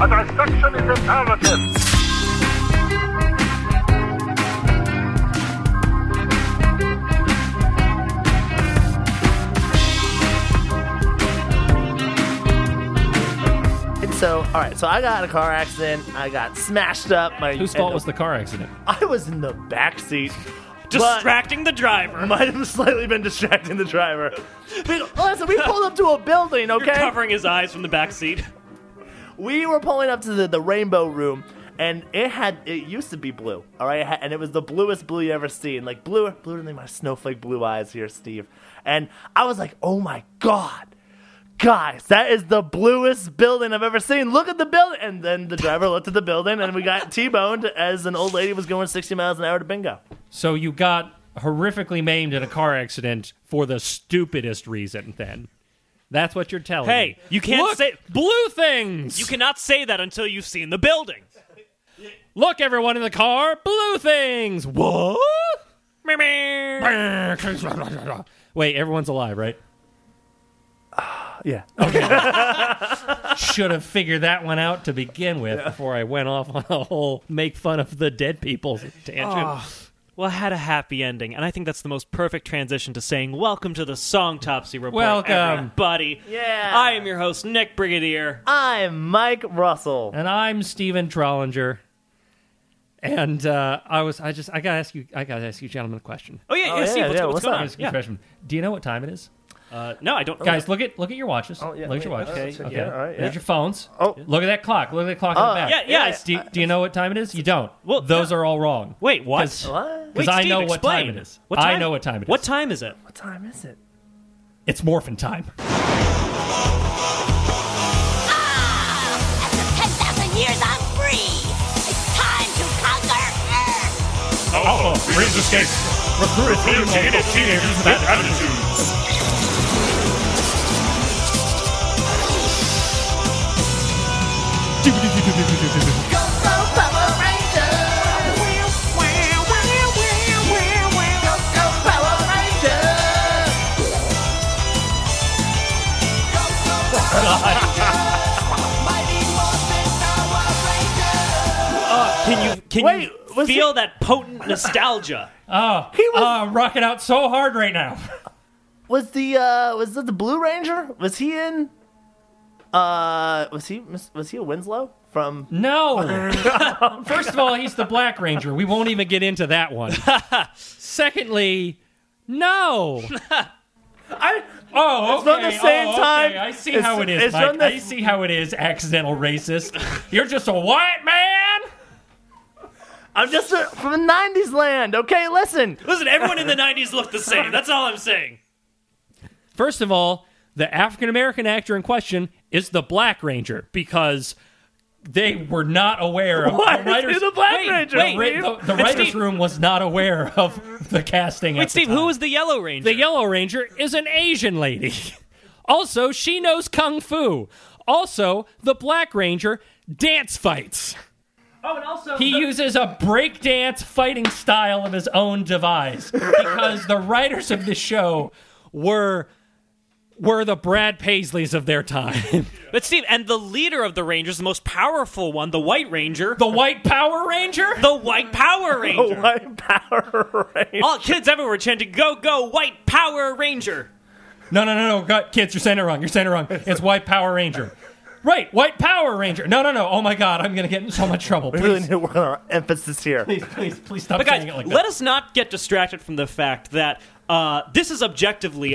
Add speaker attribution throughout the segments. Speaker 1: A dissection is imperative.
Speaker 2: And so, all right, so I got in a car accident. I got smashed up. My
Speaker 3: Whose fault was the car accident?
Speaker 2: I was in the back seat.
Speaker 4: Distracting the
Speaker 2: But
Speaker 4: driver.
Speaker 2: might have slightly been distracting the driver. But Listen, we pulled up to a building, okay?
Speaker 4: You're covering his eyes from the back seat.
Speaker 2: we were pulling up to the, the rainbow room and it had it used to be blue all right It had- and it was the bluest blue you ever seen like bluer bluer than my snowflake blue eyes here steve and i was like oh my god guys that is the bluest building i've ever seen look at the building and then the driver looked at the building and we got t-boned as an old lady was going 60 miles an hour to bingo
Speaker 3: So you got horrifically maimed in a car accident for the stupidest reason. Then that's what you're telling.
Speaker 4: Hey,
Speaker 3: me.
Speaker 4: you can't
Speaker 3: Look,
Speaker 4: say-
Speaker 3: blue things.
Speaker 4: You cannot say that until you've seen the building.
Speaker 3: look everyone in the car. Blue things. What? Wait, everyone's alive, right?
Speaker 2: yeah
Speaker 3: Should have figured that one out to begin with before I went off on a whole make fun of the dead people tangent.
Speaker 4: Ah. Well, it had a happy ending, and I think that's the most perfect transition to saying welcome to the Songtopsy Report,
Speaker 3: Welcome.
Speaker 4: everybody.
Speaker 2: Yeah.
Speaker 4: I am your host, Nick Brigadier.
Speaker 2: i'm mike russell
Speaker 3: and I'm Stephen Trollinger. And uh, I was, I just, I gotta ask you, I gotta ask you, gentlemen, a question.
Speaker 4: Oh yeah,
Speaker 2: Oh,
Speaker 4: yeah, Steve,
Speaker 2: yeah,
Speaker 4: what's,
Speaker 2: yeah,
Speaker 4: what's
Speaker 2: what's
Speaker 4: going
Speaker 2: up?
Speaker 4: on?
Speaker 3: Ask you a
Speaker 4: Yeah.
Speaker 3: Ah, question. Do you know what time it is,
Speaker 4: Uh, no, I don't.
Speaker 3: guys? Look at, look at your watches.
Speaker 2: Oh, yeah,
Speaker 3: look at your
Speaker 2: wait,
Speaker 3: watches.
Speaker 2: okay, so- yeah, all right,
Speaker 3: Look
Speaker 2: yeah.
Speaker 3: at your phones.
Speaker 2: Oh.
Speaker 3: look at that clock. Look at that clock
Speaker 2: Oh,
Speaker 3: in the back.
Speaker 4: yeah, yeah, it's-
Speaker 3: Do, you- do you know what time it is? You don't.
Speaker 4: Well,
Speaker 3: those
Speaker 4: no.
Speaker 3: are all wrong.
Speaker 4: Wait, what?
Speaker 3: 'Cause-
Speaker 2: what
Speaker 4: Wait,
Speaker 3: 'cause I
Speaker 4: Steve,
Speaker 3: know what
Speaker 4: explain.
Speaker 3: time it is.
Speaker 4: What
Speaker 3: I
Speaker 4: time-
Speaker 3: know what time it
Speaker 4: What
Speaker 3: is.
Speaker 4: time is it?
Speaker 2: what time is it
Speaker 3: It's morphin' time.
Speaker 5: Ah! After 10,000 years, I'm free! It's time to conquer Earth!
Speaker 6: Alpha, freeze escape. Recruit teenagers teenagers with attitudes.
Speaker 5: Go, go, Power Rangers! Go, go, Power Rangers! Go, go, Power Rangers! Mighty Morphin Power Rangers!
Speaker 4: Can you can
Speaker 2: Wait,
Speaker 4: you
Speaker 2: was
Speaker 4: feel that potent nostalgia?
Speaker 3: Oh,
Speaker 2: He was-
Speaker 3: oh, I'm rocking out so hard right now.
Speaker 2: was the uh was that the Blue Ranger? Was he in? Uh, was he was he a Winslow from?
Speaker 3: No. First of all, he's the Black Ranger. We won't even get into that one. Secondly, no.
Speaker 2: I
Speaker 3: Oh,
Speaker 2: It's from the
Speaker 3: okay.
Speaker 2: same
Speaker 3: oh, okay.
Speaker 2: time.
Speaker 3: I see
Speaker 2: It's-
Speaker 3: how it
Speaker 2: it's
Speaker 3: is,
Speaker 2: from
Speaker 3: Mike.
Speaker 2: the-
Speaker 3: I see how it is. Accidental racist. You're just a white man.
Speaker 2: I'm just a, from the '90s land. Okay, listen.
Speaker 4: Listen, everyone in the '90s looked the same. That's all I'm saying.
Speaker 3: First of all, the African American actor in question is the Black Ranger because they were not aware of
Speaker 2: Why is
Speaker 3: the
Speaker 2: he
Speaker 3: writers.
Speaker 2: the Black Ranger,
Speaker 3: the ra-
Speaker 2: Steve?
Speaker 3: the, the writers'
Speaker 4: Steve-
Speaker 3: room was not aware of the casting.
Speaker 4: Wait, Steve, who was the Yellow Ranger?
Speaker 3: The Yellow Ranger is an Asian lady. also, she knows kung fu. Also, the Black Ranger dance fights.
Speaker 4: Oh, and also
Speaker 3: He uses a breakdance fighting style of his own device because the writers of the show were were the Brad Paisleys of their time.
Speaker 4: But Steve, and the leader of the Rangers, the most powerful one, the White Ranger,
Speaker 3: the White Power Ranger?
Speaker 4: the White
Speaker 3: Oh,
Speaker 4: Power Ranger.
Speaker 2: White Power Ranger.
Speaker 4: All kids everywhere were chanting, "Go, go, White Power Ranger!"
Speaker 3: No, no, no, no, God, kids, you're saying it wrong. You're saying it wrong. It's White Power Ranger. Right, White Power Ranger. No, no, no. Oh my God, I'm gonna get in so much trouble.
Speaker 2: We really
Speaker 3: Please,
Speaker 2: need to work on our emphasis here.
Speaker 3: please, please, please stop
Speaker 4: But
Speaker 3: saying
Speaker 4: guys,
Speaker 3: it like that.
Speaker 4: let us not get distracted from the fact that uh, this is objectively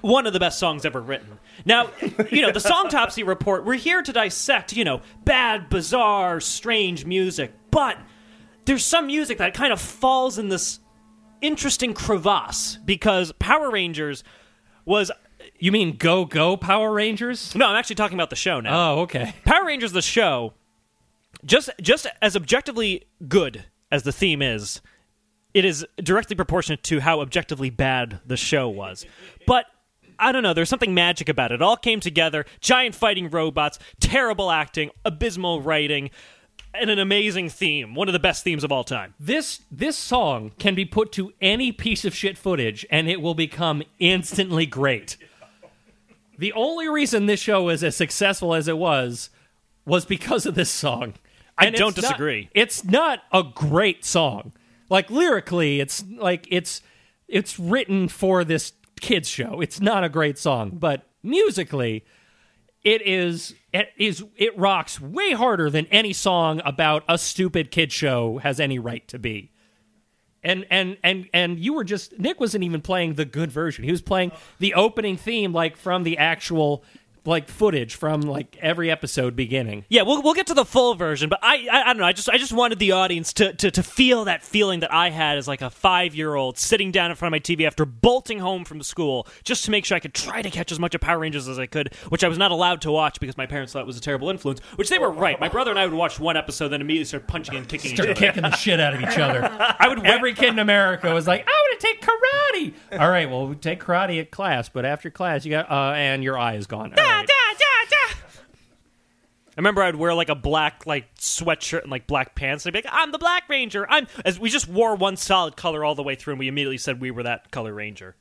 Speaker 4: one of the best songs ever written. Now, you know, the Songtopsy Report, we're here to dissect, you know, bad, bizarre, strange music, but there's some music that kind of falls in this interesting crevasse because Power Rangers was.
Speaker 3: You mean Go Go Power Rangers?
Speaker 4: No, I'm actually talking about the show now.
Speaker 3: Oh, okay.
Speaker 4: Power Rangers the show, just just as objectively good as the theme is, it is directly proportionate to how objectively bad the show was. But I don't know, there's something magic about it. It all came together, giant fighting robots, terrible acting, abysmal writing, and an amazing theme. One of the best themes of all time.
Speaker 3: This this song can be put to any piece of shit footage and it will become instantly great. The only reason this show is as successful as it was was because of this song.
Speaker 4: I
Speaker 3: And
Speaker 4: don't
Speaker 3: it's not-
Speaker 4: disagree.
Speaker 3: it's not a great song. Like lyrically, it's like it's it's written for this kids show. It's not a great song, but musically, it is it is it rocks way harder than any song about a stupid kid show has any right to be. And and and and you were just Nick wasn't even playing the good version. He was playing the opening theme like from the actual like footage from like every episode beginning.
Speaker 4: Yeah, we'll, we'll get to the full version, but I, I I don't know. I just I just wanted the audience to, to, to feel that feeling that I had as like a five year old sitting down in front of my TV after bolting home from school just to make sure I could try to catch as much of Power Rangers as I could, which I was not allowed to watch because my parents thought it was a terrible influence. Which they were right. My brother and I would watch one episode, then immediately start punching and kicking each
Speaker 3: They're
Speaker 4: other.
Speaker 3: kicking the shit out of each other.
Speaker 4: I would
Speaker 3: Every kid in America was like, "I want to take karate." All right, well, we take karate at class, but after class, you got uh, and your eye is gone. All right.
Speaker 4: I remember I'd wear like a black like sweatshirt and like black pants. And I'd be like, "I'm the Black Ranger." I'm as we just wore one solid color all the way through, and we immediately said we were that color ranger.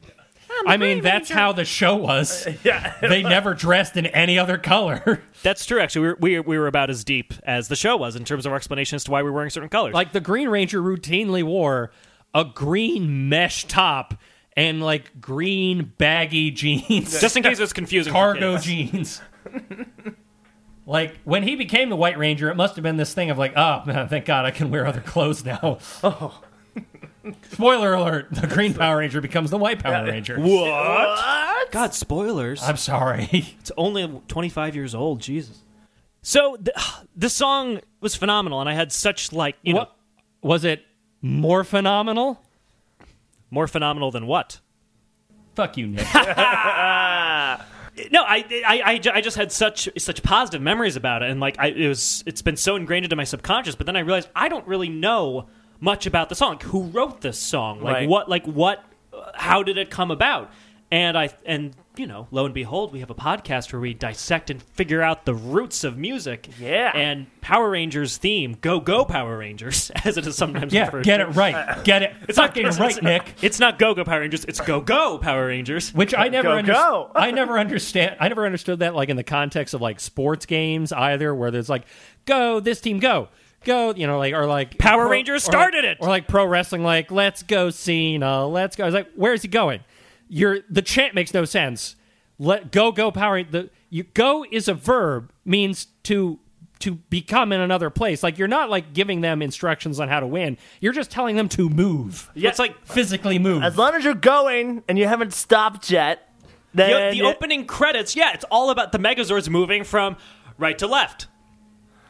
Speaker 3: I mean, that's how the show was.
Speaker 2: Yeah.
Speaker 3: they never dressed in any other color.
Speaker 4: That's true. Actually, we were, we, we were about as deep as the show was in terms of our explanation as to why we were wearing certain colors.
Speaker 3: like the Green Ranger routinely wore a green mesh top and like green baggy jeans,
Speaker 4: just in case it was confusing. for
Speaker 3: cargo
Speaker 4: kids.
Speaker 3: jeans. Like when he became the White Ranger, it must have been this thing of like, oh, man, thank God I can wear other clothes now. Oh. Spoiler alert: the Green Power Ranger becomes the White Power Ranger.
Speaker 4: What? God, spoilers.
Speaker 3: I'm sorry.
Speaker 4: It's only 25 years old. Jesus. So the, the song was phenomenal, and I had such like you know
Speaker 3: What was it? More phenomenal?
Speaker 4: more phenomenal than what?
Speaker 3: Fuck you, Nick.
Speaker 4: No, I, I, I, ju- I just had such such positive memories about it, and like I, it was, it's been so ingrained into my subconscious. But then I realized I don't really know much about the song. Like, who wrote this song? Like
Speaker 2: Right.
Speaker 4: what? Like what? uh, How did it come about? And I and you know, lo and behold, we have a podcast where we dissect and figure out the roots of music.
Speaker 2: Yeah.
Speaker 4: And Power Rangers theme, go go Power Rangers, as it is sometimes
Speaker 3: yeah,
Speaker 4: referred
Speaker 3: get
Speaker 4: to.
Speaker 3: it right. Get it fucking right, Nick.
Speaker 4: It's not go go Power Rangers. It's go go Power Rangers.
Speaker 3: Which I never
Speaker 2: Go,
Speaker 3: under-
Speaker 2: go.
Speaker 3: I never understand. I never understood that like in the context of like sports games either, where there's like, go this team, go, go, you know, like or like
Speaker 4: Power Rangers
Speaker 3: or, like-
Speaker 4: started it!
Speaker 3: or like pro wrestling, like let's go Cena, let's go. I was like, where's he going? You're the chant makes no sense. Let go go Power. The you go is a verb means to to become in another place. Like you're not like giving them instructions on how to win. You're just telling them to move,
Speaker 4: Yeah, it's like
Speaker 3: physically move.
Speaker 2: As long as you're going and you haven't stopped yet, then
Speaker 4: the, the opening credits, yeah, it's all about the Megazords moving from right to left.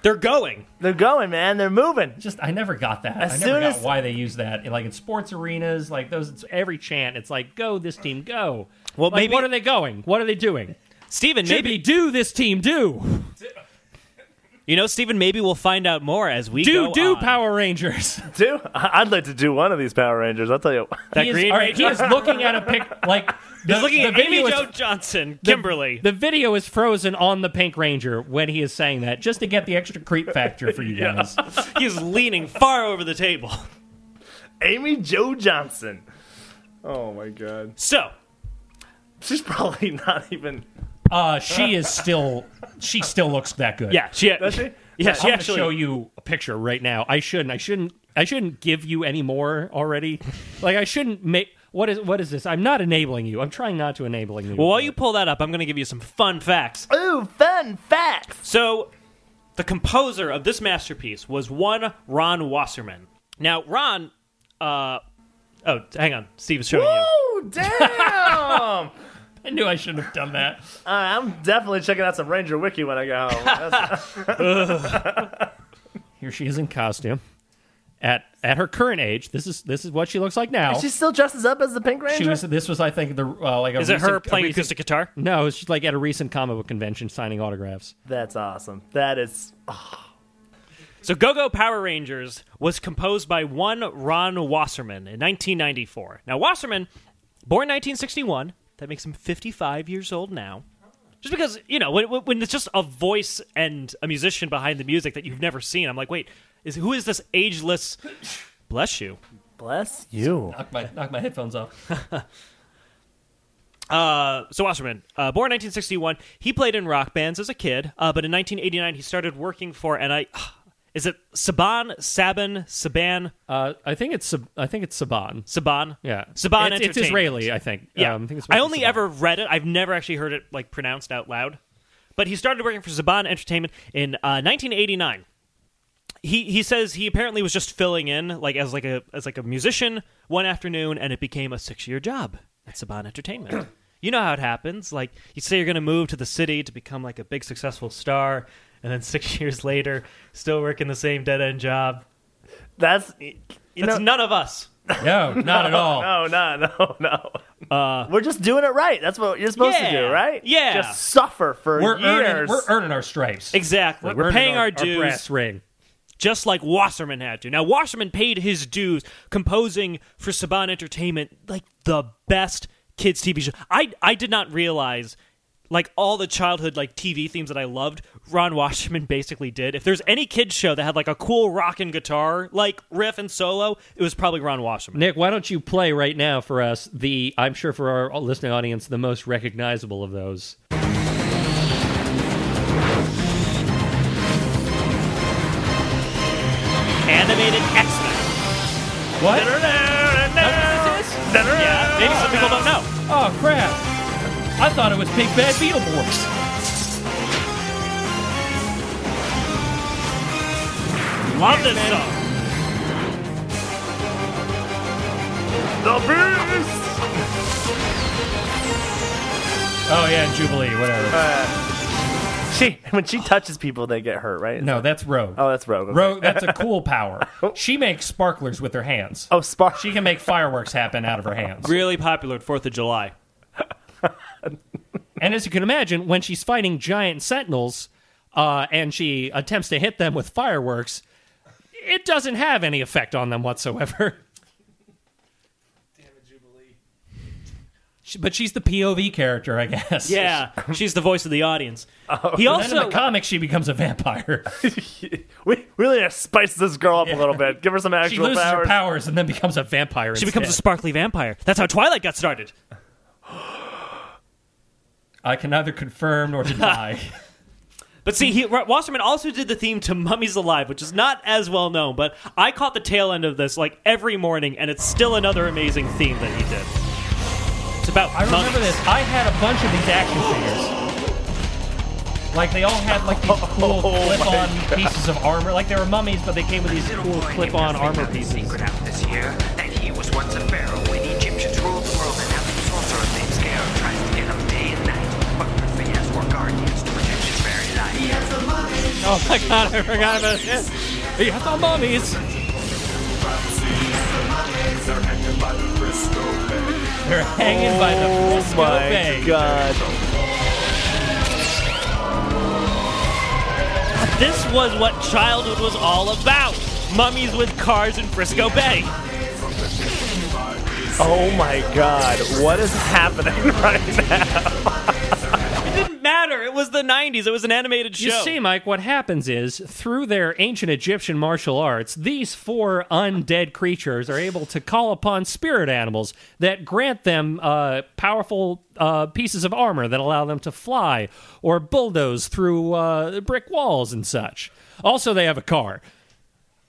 Speaker 4: They're going.
Speaker 2: they're going, man. They're moving.
Speaker 3: just I never got that.
Speaker 2: As
Speaker 3: I never
Speaker 2: soon
Speaker 3: got
Speaker 2: as-
Speaker 3: why they use that. Like in sports arenas, like those it's every chant, it's like go this team go.
Speaker 4: Well,
Speaker 3: like,
Speaker 4: maybe-
Speaker 3: what are they going? What are they doing?
Speaker 4: Steven,
Speaker 3: Maybe
Speaker 4: maybe
Speaker 3: do this team do
Speaker 4: you know, Steven, maybe we'll find out more as we
Speaker 3: do
Speaker 4: go
Speaker 3: do
Speaker 4: on.
Speaker 3: Power Rangers.
Speaker 2: Do I- I'd like to do one of these Power Rangers. I'll tell you.
Speaker 4: That
Speaker 3: he, is,
Speaker 4: green
Speaker 3: all right, he is looking at a pic like the,
Speaker 4: He's looking
Speaker 3: the
Speaker 4: at
Speaker 3: video
Speaker 4: Amy
Speaker 3: is-
Speaker 4: Jo Johnson,
Speaker 3: the-
Speaker 4: Kimberly.
Speaker 3: The, video is frozen on the Pink Ranger when he is saying that, just to get the extra creep factor for you guys.
Speaker 4: He's leaning far over the table.
Speaker 2: Amy Joe Johnson. Oh my god.
Speaker 4: So,
Speaker 2: She's probably not even.
Speaker 3: Uh, she is still, she still looks that good.
Speaker 4: yeah, she,
Speaker 2: Does she?
Speaker 4: yeah,
Speaker 3: I'm
Speaker 4: she
Speaker 3: gonna
Speaker 4: actually.
Speaker 3: show you a picture right now. I shouldn't. I shouldn't. I shouldn't give you any more already. Like I shouldn't make. What is what is this? I'm not enabling you. I'm trying not to enabling you.
Speaker 4: Well, while you pull that up, I'm going to give you some fun facts.
Speaker 2: Ooh, fun facts.
Speaker 4: So, the composer of this masterpiece was one Ron Wasserman. Now, Ron, uh, oh, hang on, Steve is showing you.
Speaker 2: Oh damn!
Speaker 3: I knew I shouldn't have done that.
Speaker 2: I'm definitely checking out some Ranger Wiki when I go home. That's-
Speaker 3: Here she is in costume. At at her current age, this is this is what she looks like now.
Speaker 2: she still dresses up as the Pink Ranger.
Speaker 3: She was. This was, I think, the uh, like. A
Speaker 4: Is it
Speaker 3: recent-
Speaker 4: her playing
Speaker 3: a recent-
Speaker 4: acoustic guitar?
Speaker 3: No, it's just like at a recent comic book convention signing autographs.
Speaker 2: That's awesome. That is.
Speaker 4: So Go Go Power Rangers was composed by one Ron Wasserman in 1994. Now Wasserman, born 1961, that makes him 55 years old now. Just because you know when, when- when it's just a voice and a musician behind the music that you've never seen, I'm like, wait, is who is this ageless? Bless you.
Speaker 2: Bless you.
Speaker 3: Knock my knock my headphones off.
Speaker 4: Uh, so Wasserman, uh, born 1961, he played in rock bands as a kid, uh, but in 1989 he started working for and I is it Saban Saban Saban
Speaker 3: Uh, I think it's Sab- I think it's Saban.
Speaker 4: Saban
Speaker 3: Yeah,
Speaker 4: Saban
Speaker 3: It's, it's
Speaker 4: Entertainment.
Speaker 3: Israeli, I think.
Speaker 4: yeah
Speaker 3: Um, I, think it's
Speaker 4: I only
Speaker 3: Saban.
Speaker 4: ever read it I've never actually heard it like pronounced out loud but he started working for Saban Entertainment in uh, 1989 he he says he apparently was just filling in like as like a as like a musician one afternoon and it became a six year job at Saban Entertainment. you know how it happens. Like you say you're gonna move to the city to become like a big successful star, and then six years later, still working the same dead end job.
Speaker 2: That's you know,
Speaker 4: That's none of us.
Speaker 3: No, Uh, not at all.
Speaker 2: no, no, no, no. We're just doing it right. That's what you're supposed to do,
Speaker 4: Yeah,
Speaker 2: right?
Speaker 4: yeah.
Speaker 2: Just suffer for
Speaker 3: We're earning,
Speaker 2: years.
Speaker 3: we're earning our stripes.
Speaker 4: Exactly. We're,
Speaker 3: earning
Speaker 4: paying our,
Speaker 3: Our
Speaker 4: dues.
Speaker 3: brass ring.
Speaker 4: just like Wasserman had to. Now, Wasserman paid his dues composing for Saban Entertainment, like the best kids TV show. I I did not realize like all the childhood like TV themes that I loved, Ron Wasserman basically did. If there's any kids show that had like a cool rock and guitar like riff and solo, it was probably Ron Wasserman.
Speaker 3: Nick, why don't you play right now for us the, I'm sure for our listening audience, the most recognizable of those?
Speaker 4: Animated X-Men.
Speaker 3: What?
Speaker 4: Yeah, maybe some people don't know.
Speaker 3: Oh, crap. I thought it was Big Bad Beetleborgs.
Speaker 4: Love this song.
Speaker 2: the beast.
Speaker 3: Oh, yeah, Jubilee, whatever.
Speaker 2: Uh, She when she touches people, they get hurt, right?
Speaker 3: no, that's Rogue.
Speaker 2: Oh, that's Rogue. okay.
Speaker 3: Rogue, that's a cool power. She makes sparklers with her hands.
Speaker 2: Oh, Spark.
Speaker 3: She can make fireworks happen out of her hands.
Speaker 4: Really popular at 4th of July.
Speaker 3: And as you can imagine, when she's fighting giant sentinels uh, and she attempts to hit them with fireworks, it doesn't have any effect on them whatsoever. She- But she's the POV character, I guess.
Speaker 4: Yeah, she's the voice of the audience. he
Speaker 3: Then in
Speaker 4: also
Speaker 3: the comics, she becomes a vampire.
Speaker 2: we really gotta spice this girl up a little bit. Give her some
Speaker 3: She
Speaker 2: actual
Speaker 3: loses
Speaker 2: powers.
Speaker 3: her powers and then becomes a vampire.
Speaker 4: She becomes a
Speaker 3: instead.
Speaker 4: sparkly vampire. That's how Twilight got started.
Speaker 3: I can neither confirm nor deny.
Speaker 4: But see, he, Wa- Wasserman also did the theme to Mummies Alive, which is not as well known, but I caught the tail end of this like every morning, and it's still another amazing theme that he did. It's about
Speaker 3: I remember this.
Speaker 4: mummies.
Speaker 3: I had a bunch of these action figures. Like they all had like these cool clip-on pieces of armor. Like they were mummies, but they came with these cool clip-on armor pieces.
Speaker 7: secret out this year that he was once a pharaoh when the Egyptians ruled the world and now the sorcerer named Scarab tries to get him day and night. But Griffin has four guardians to protect his very life.
Speaker 3: Oh my god, I forgot about this. He has the mummies. They're hanging by the
Speaker 2: Oh
Speaker 3: Frisco
Speaker 2: my
Speaker 3: Bay.
Speaker 2: god!
Speaker 4: This was what childhood was all about. Mummies with cars in Frisco Bay.
Speaker 2: Oh my god! What is happening right now?
Speaker 4: It didn't matter. It was the 90s. It was an animated show.
Speaker 3: You see, Mike, what happens is through their ancient Egyptian martial arts, these four undead creatures are able to call upon spirit animals that grant them uh, powerful uh, pieces of armor that allow them to fly or bulldoze through uh, brick walls and such. Also, they have a car.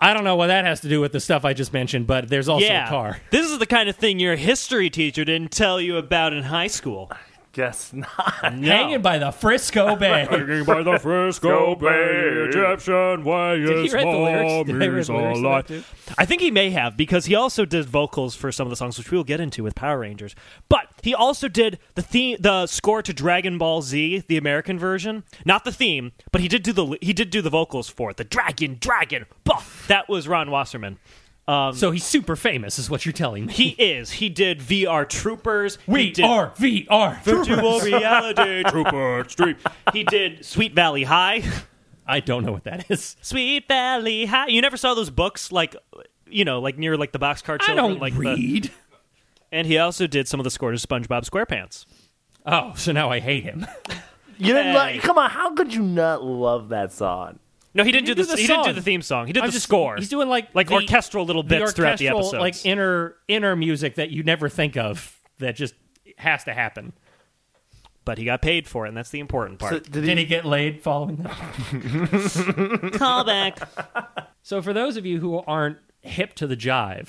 Speaker 3: I don't know what that has to do with the stuff I just mentioned, but there's also
Speaker 4: yeah.
Speaker 3: a car.
Speaker 4: This is the kind of thing your history teacher didn't tell you about in high school.
Speaker 2: Guess not.
Speaker 4: No.
Speaker 3: Hanging by the Frisco Bay.
Speaker 6: by the Frisco
Speaker 2: Bay.
Speaker 6: Bay, Egyptian way
Speaker 3: Did
Speaker 6: is
Speaker 3: he write the lyrics? Did I read
Speaker 6: mummies
Speaker 3: the lyrics to that
Speaker 6: alive.
Speaker 3: too?
Speaker 4: I think he may have because he also did vocals for some of the songs, which we will get into with Power Rangers. But he also did the theme, the score to Dragon Ball Z, the American version, not the theme, but he did do the he did do the vocals for it. The Dragon, Dragon, bah! that was Ron Wasserman.
Speaker 3: So he's super famous, is what you're telling me.
Speaker 4: He is. He did VR Troopers. he
Speaker 3: We
Speaker 4: did
Speaker 3: are VR
Speaker 4: Virtual
Speaker 3: troopers.
Speaker 4: Reality.
Speaker 6: Trooper Street.
Speaker 4: he did Sweet Valley High.
Speaker 3: I don't know what that is.
Speaker 4: Sweet Valley High. You never saw those books like. You know, like near like the boxcar
Speaker 3: I
Speaker 4: children,
Speaker 3: don't
Speaker 4: like the,
Speaker 3: read.
Speaker 4: and he also did some of the score to SpongeBob SquarePants.
Speaker 3: Oh, so now I hate him.
Speaker 2: You didn't
Speaker 4: Hey.
Speaker 2: like? Come on! How could you not love that song?
Speaker 4: No, he didn't do
Speaker 3: didn't
Speaker 4: the,
Speaker 3: do the
Speaker 4: he didn't do
Speaker 3: song.
Speaker 4: the theme song. He did
Speaker 3: I'm
Speaker 4: the
Speaker 3: just-
Speaker 4: score.
Speaker 3: He's doing like
Speaker 4: like
Speaker 3: the-
Speaker 4: orchestral little
Speaker 3: the
Speaker 4: bits throughout the
Speaker 3: orchestral,
Speaker 4: episodes.
Speaker 3: like inner inner music that you never think of that just has to happen.
Speaker 4: but he got paid for it, and that's the important part.
Speaker 2: So did
Speaker 3: Did he get laid following that?
Speaker 4: Callback.
Speaker 3: So for those of you who aren't hip to the jive,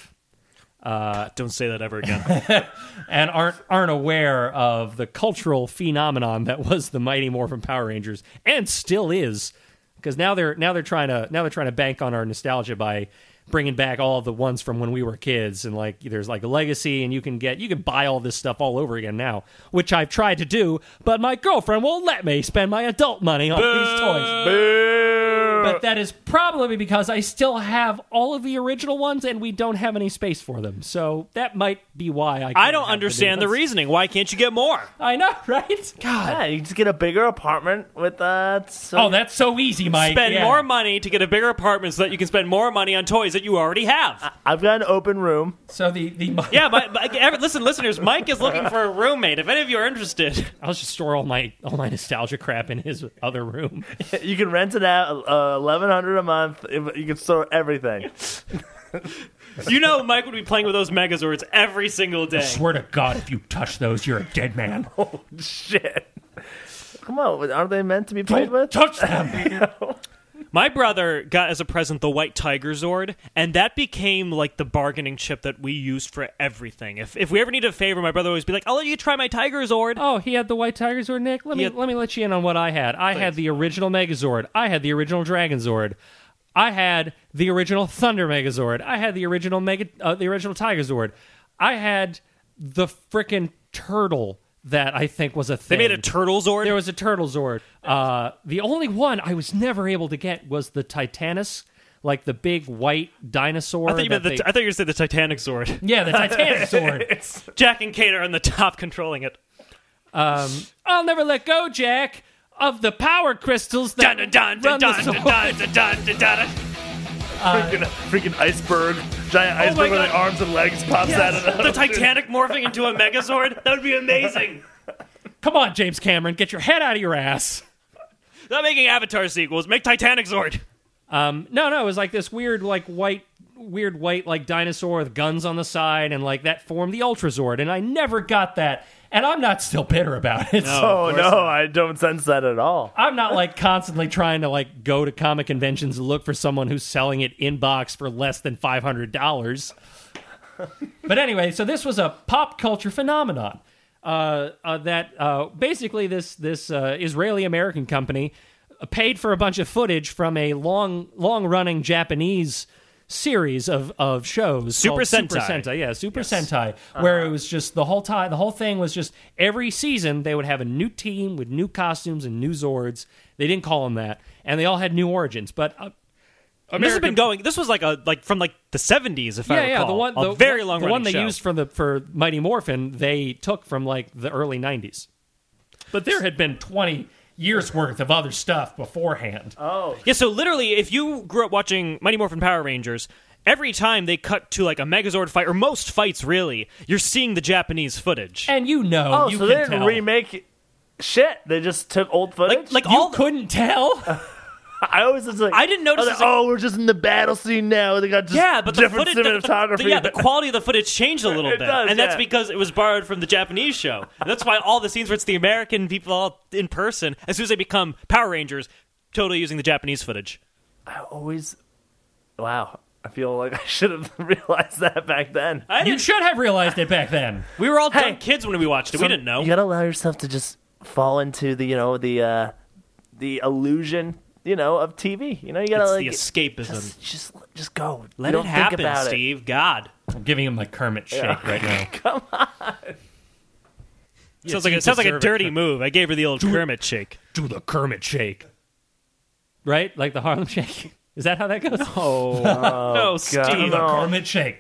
Speaker 4: Uh, Don't say that ever again.
Speaker 3: and aren't aren't aware of the cultural phenomenon that was the Mighty Morphin Power Rangers and still is because now they're now they're trying to now they're trying to bank on our nostalgia by bringing back all the ones from when we were kids and like there's like a legacy and you can get you can buy all this stuff all over again now which I've tried to do but my girlfriend won't let me spend my adult money on these toys but that is probably because I still have all of the original ones and we don't have any space for them. So that might be why I.
Speaker 4: I don't understand the reasoning. Why can't you get more?
Speaker 3: I know, right? God.
Speaker 2: yeah, you just get a bigger apartment with uh, so
Speaker 3: Oh, that's so easy, Mike.
Speaker 4: Spend
Speaker 3: Yeah.
Speaker 4: more money to get a bigger apartment so that you can spend more money on toys that you already
Speaker 3: Uh,
Speaker 4: have.
Speaker 2: I've got an open room.
Speaker 3: So the the
Speaker 4: Yeah, my, my- ever- listen, listeners. Mike is looking for a roommate. If any of you are interested,
Speaker 3: I'll just store all my all my nostalgia crap in his other room.
Speaker 2: You can rent it out uh, eleven hundred a month. If- You can store everything.
Speaker 4: you know Mike would be playing with those Megazords every single day.
Speaker 3: Swear to God, if you touch those, you're a dead man.
Speaker 2: Shit. Come on, aren't they meant to be played
Speaker 3: Don't
Speaker 2: with?
Speaker 3: touch them.
Speaker 4: My brother got as a present the White Tiger Zord, and that became like the bargaining chip that we used for everything. If if we ever needed a favor, my brother would always be like, "I'll let you try my Tiger Zord."
Speaker 3: Oh, he had the White Tigers or Nick. Let me
Speaker 4: Yeah.
Speaker 3: let me let you in on what I had. I had the original Megazord. I had the original Dragonzord. I had the original Thunder Megazord. I had the original Mega uh, the original Tigazord. I had the frickin' turtle that I think was a
Speaker 4: they
Speaker 3: thing.
Speaker 4: made a Turtle Zord.
Speaker 3: There was a turtle Zord. Uh, the only one I was never able to get was the Titanus, like the big white dinosaur.
Speaker 4: I thought you meant
Speaker 3: that they-
Speaker 4: the, I thought you were saying the Titanic Zord.
Speaker 3: yeah, the Titanic sword.
Speaker 4: Jack and Kate are on the top controlling it.
Speaker 3: I'll never let go, Jack, of the power crystals that run the sword.
Speaker 2: freaking, freaking iceberg, giant
Speaker 4: Oh my
Speaker 2: iceberg with
Speaker 4: God.
Speaker 2: like arms and legs pops out of
Speaker 4: The Titanic morphing into a Megazord? That would be amazing.
Speaker 3: Come on, James Cameron, get your head out of your ass.
Speaker 4: Not making Avatar sequels. Make Titanic Zord.
Speaker 3: Um, no, no, it was like this weird, like white, weird white, like dinosaur with guns on the side, and like that formed the Ultrazord, and I never got that, and I'm not still bitter about it.
Speaker 2: Oh no, I don't sense that at all.
Speaker 3: I'm not like constantly trying to like go to comic conventions and look for someone who's selling it in box for less than five hundred dollars. but anyway, so this was a pop culture phenomenon uh, uh, that uh, basically this this uh, Israeli American company paid for a bunch of footage from a long long running Japanese series of of shows
Speaker 4: Super
Speaker 3: called Super
Speaker 4: Sentai. Uh-huh.
Speaker 3: Sentai, yeah, Super Sentai, where it was just the whole time, the whole thing was just every season they would have a new team with new costumes and new Zords. They didn't call them that, and they all had new origins. But uh,
Speaker 4: And This has been going. This was like a like from like the seventies, if I
Speaker 3: yeah,
Speaker 4: recall.
Speaker 3: yeah, the one,
Speaker 4: a
Speaker 3: the
Speaker 4: very
Speaker 3: one-
Speaker 4: long
Speaker 3: the one they
Speaker 4: show.
Speaker 3: used from the for Mighty Morphin, they took from like the early '90s. But there had been 20 years worth of other stuff beforehand.
Speaker 4: Yeah, so literally, if you grew up watching Mighty Morphin Power Rangers, every time they cut to like a Megazord fight, or most fights really, you're seeing the Japanese footage.
Speaker 3: and you know,
Speaker 2: Oh,
Speaker 3: you
Speaker 2: so they
Speaker 3: can
Speaker 2: didn't
Speaker 3: tell.
Speaker 2: remake shit. They just took old footage.
Speaker 4: Like, like
Speaker 3: you
Speaker 4: all the-
Speaker 3: couldn't tell.
Speaker 2: I always was like,
Speaker 4: I didn't notice
Speaker 2: I was
Speaker 4: this-
Speaker 2: like, oh, we're just in the battle scene now. They got just
Speaker 4: yeah, but the
Speaker 2: different
Speaker 4: footage, the-
Speaker 2: cinematography.
Speaker 4: the- yeah, the quality of the footage changed a little
Speaker 2: It
Speaker 4: bit,
Speaker 2: does,
Speaker 4: and that's
Speaker 2: yeah.
Speaker 4: because it was borrowed from the Japanese show. And that's why all the scenes where it's the American people all in person, as soon as they become Power Rangers, totally using the Japanese footage.
Speaker 2: I always, wow. I feel like I should have realized that back then.
Speaker 4: I
Speaker 3: you
Speaker 4: didn't.
Speaker 3: should have realized it back then.
Speaker 4: we were all dumb
Speaker 2: Hey.
Speaker 4: kids when we watched it. we didn't know.
Speaker 2: You gotta allow yourself to just fall into the you know the uh the illusion you know of TV. You know you gotta
Speaker 4: it's
Speaker 2: like
Speaker 4: the escapism.
Speaker 2: just just just go.
Speaker 4: Let
Speaker 2: You
Speaker 4: it
Speaker 2: don't think
Speaker 4: happen,
Speaker 2: about it.
Speaker 4: Steve. God.
Speaker 3: I'm giving him my Kermit shake right now.
Speaker 4: sounds
Speaker 3: you
Speaker 4: like, it sounds like a
Speaker 3: deserve it,
Speaker 4: dirty move. I gave her the old Kermit shake.
Speaker 3: do the Kermit shake. Right? Like the Harlem shake. Is that how that goes? Oh,
Speaker 4: no,
Speaker 3: do
Speaker 4: Steve.
Speaker 3: the Kermit shake.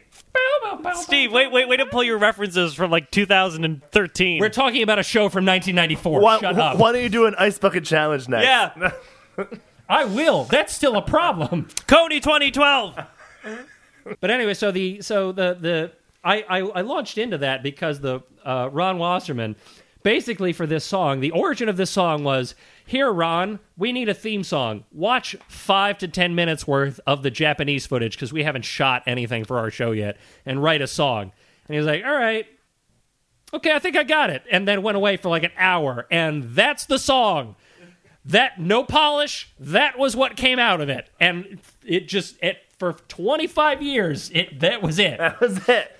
Speaker 4: Steve, wait, wait, wait to pull your references from like 2013.
Speaker 3: We're talking about a show from 1994.
Speaker 2: Why,
Speaker 3: Shut up.
Speaker 2: why don't you do an ice bucket challenge next?
Speaker 4: yeah,
Speaker 3: I will. That's still a problem.
Speaker 4: Coney 2012.
Speaker 3: But anyway, so the so the the I I, I launched into that because the uh, Ron Wasserman basically for this song, the origin of this song was here, Ron, we need a theme song. Watch five to ten minutes worth of the Japanese footage because we haven't shot anything for our show yet, and write a song. And he was like, all right. okay, I think I got it. And then went away for like an hour. And that's the song. That no polish, that was what came out of it. And it just it for 25 years, it that was it.
Speaker 2: That was it.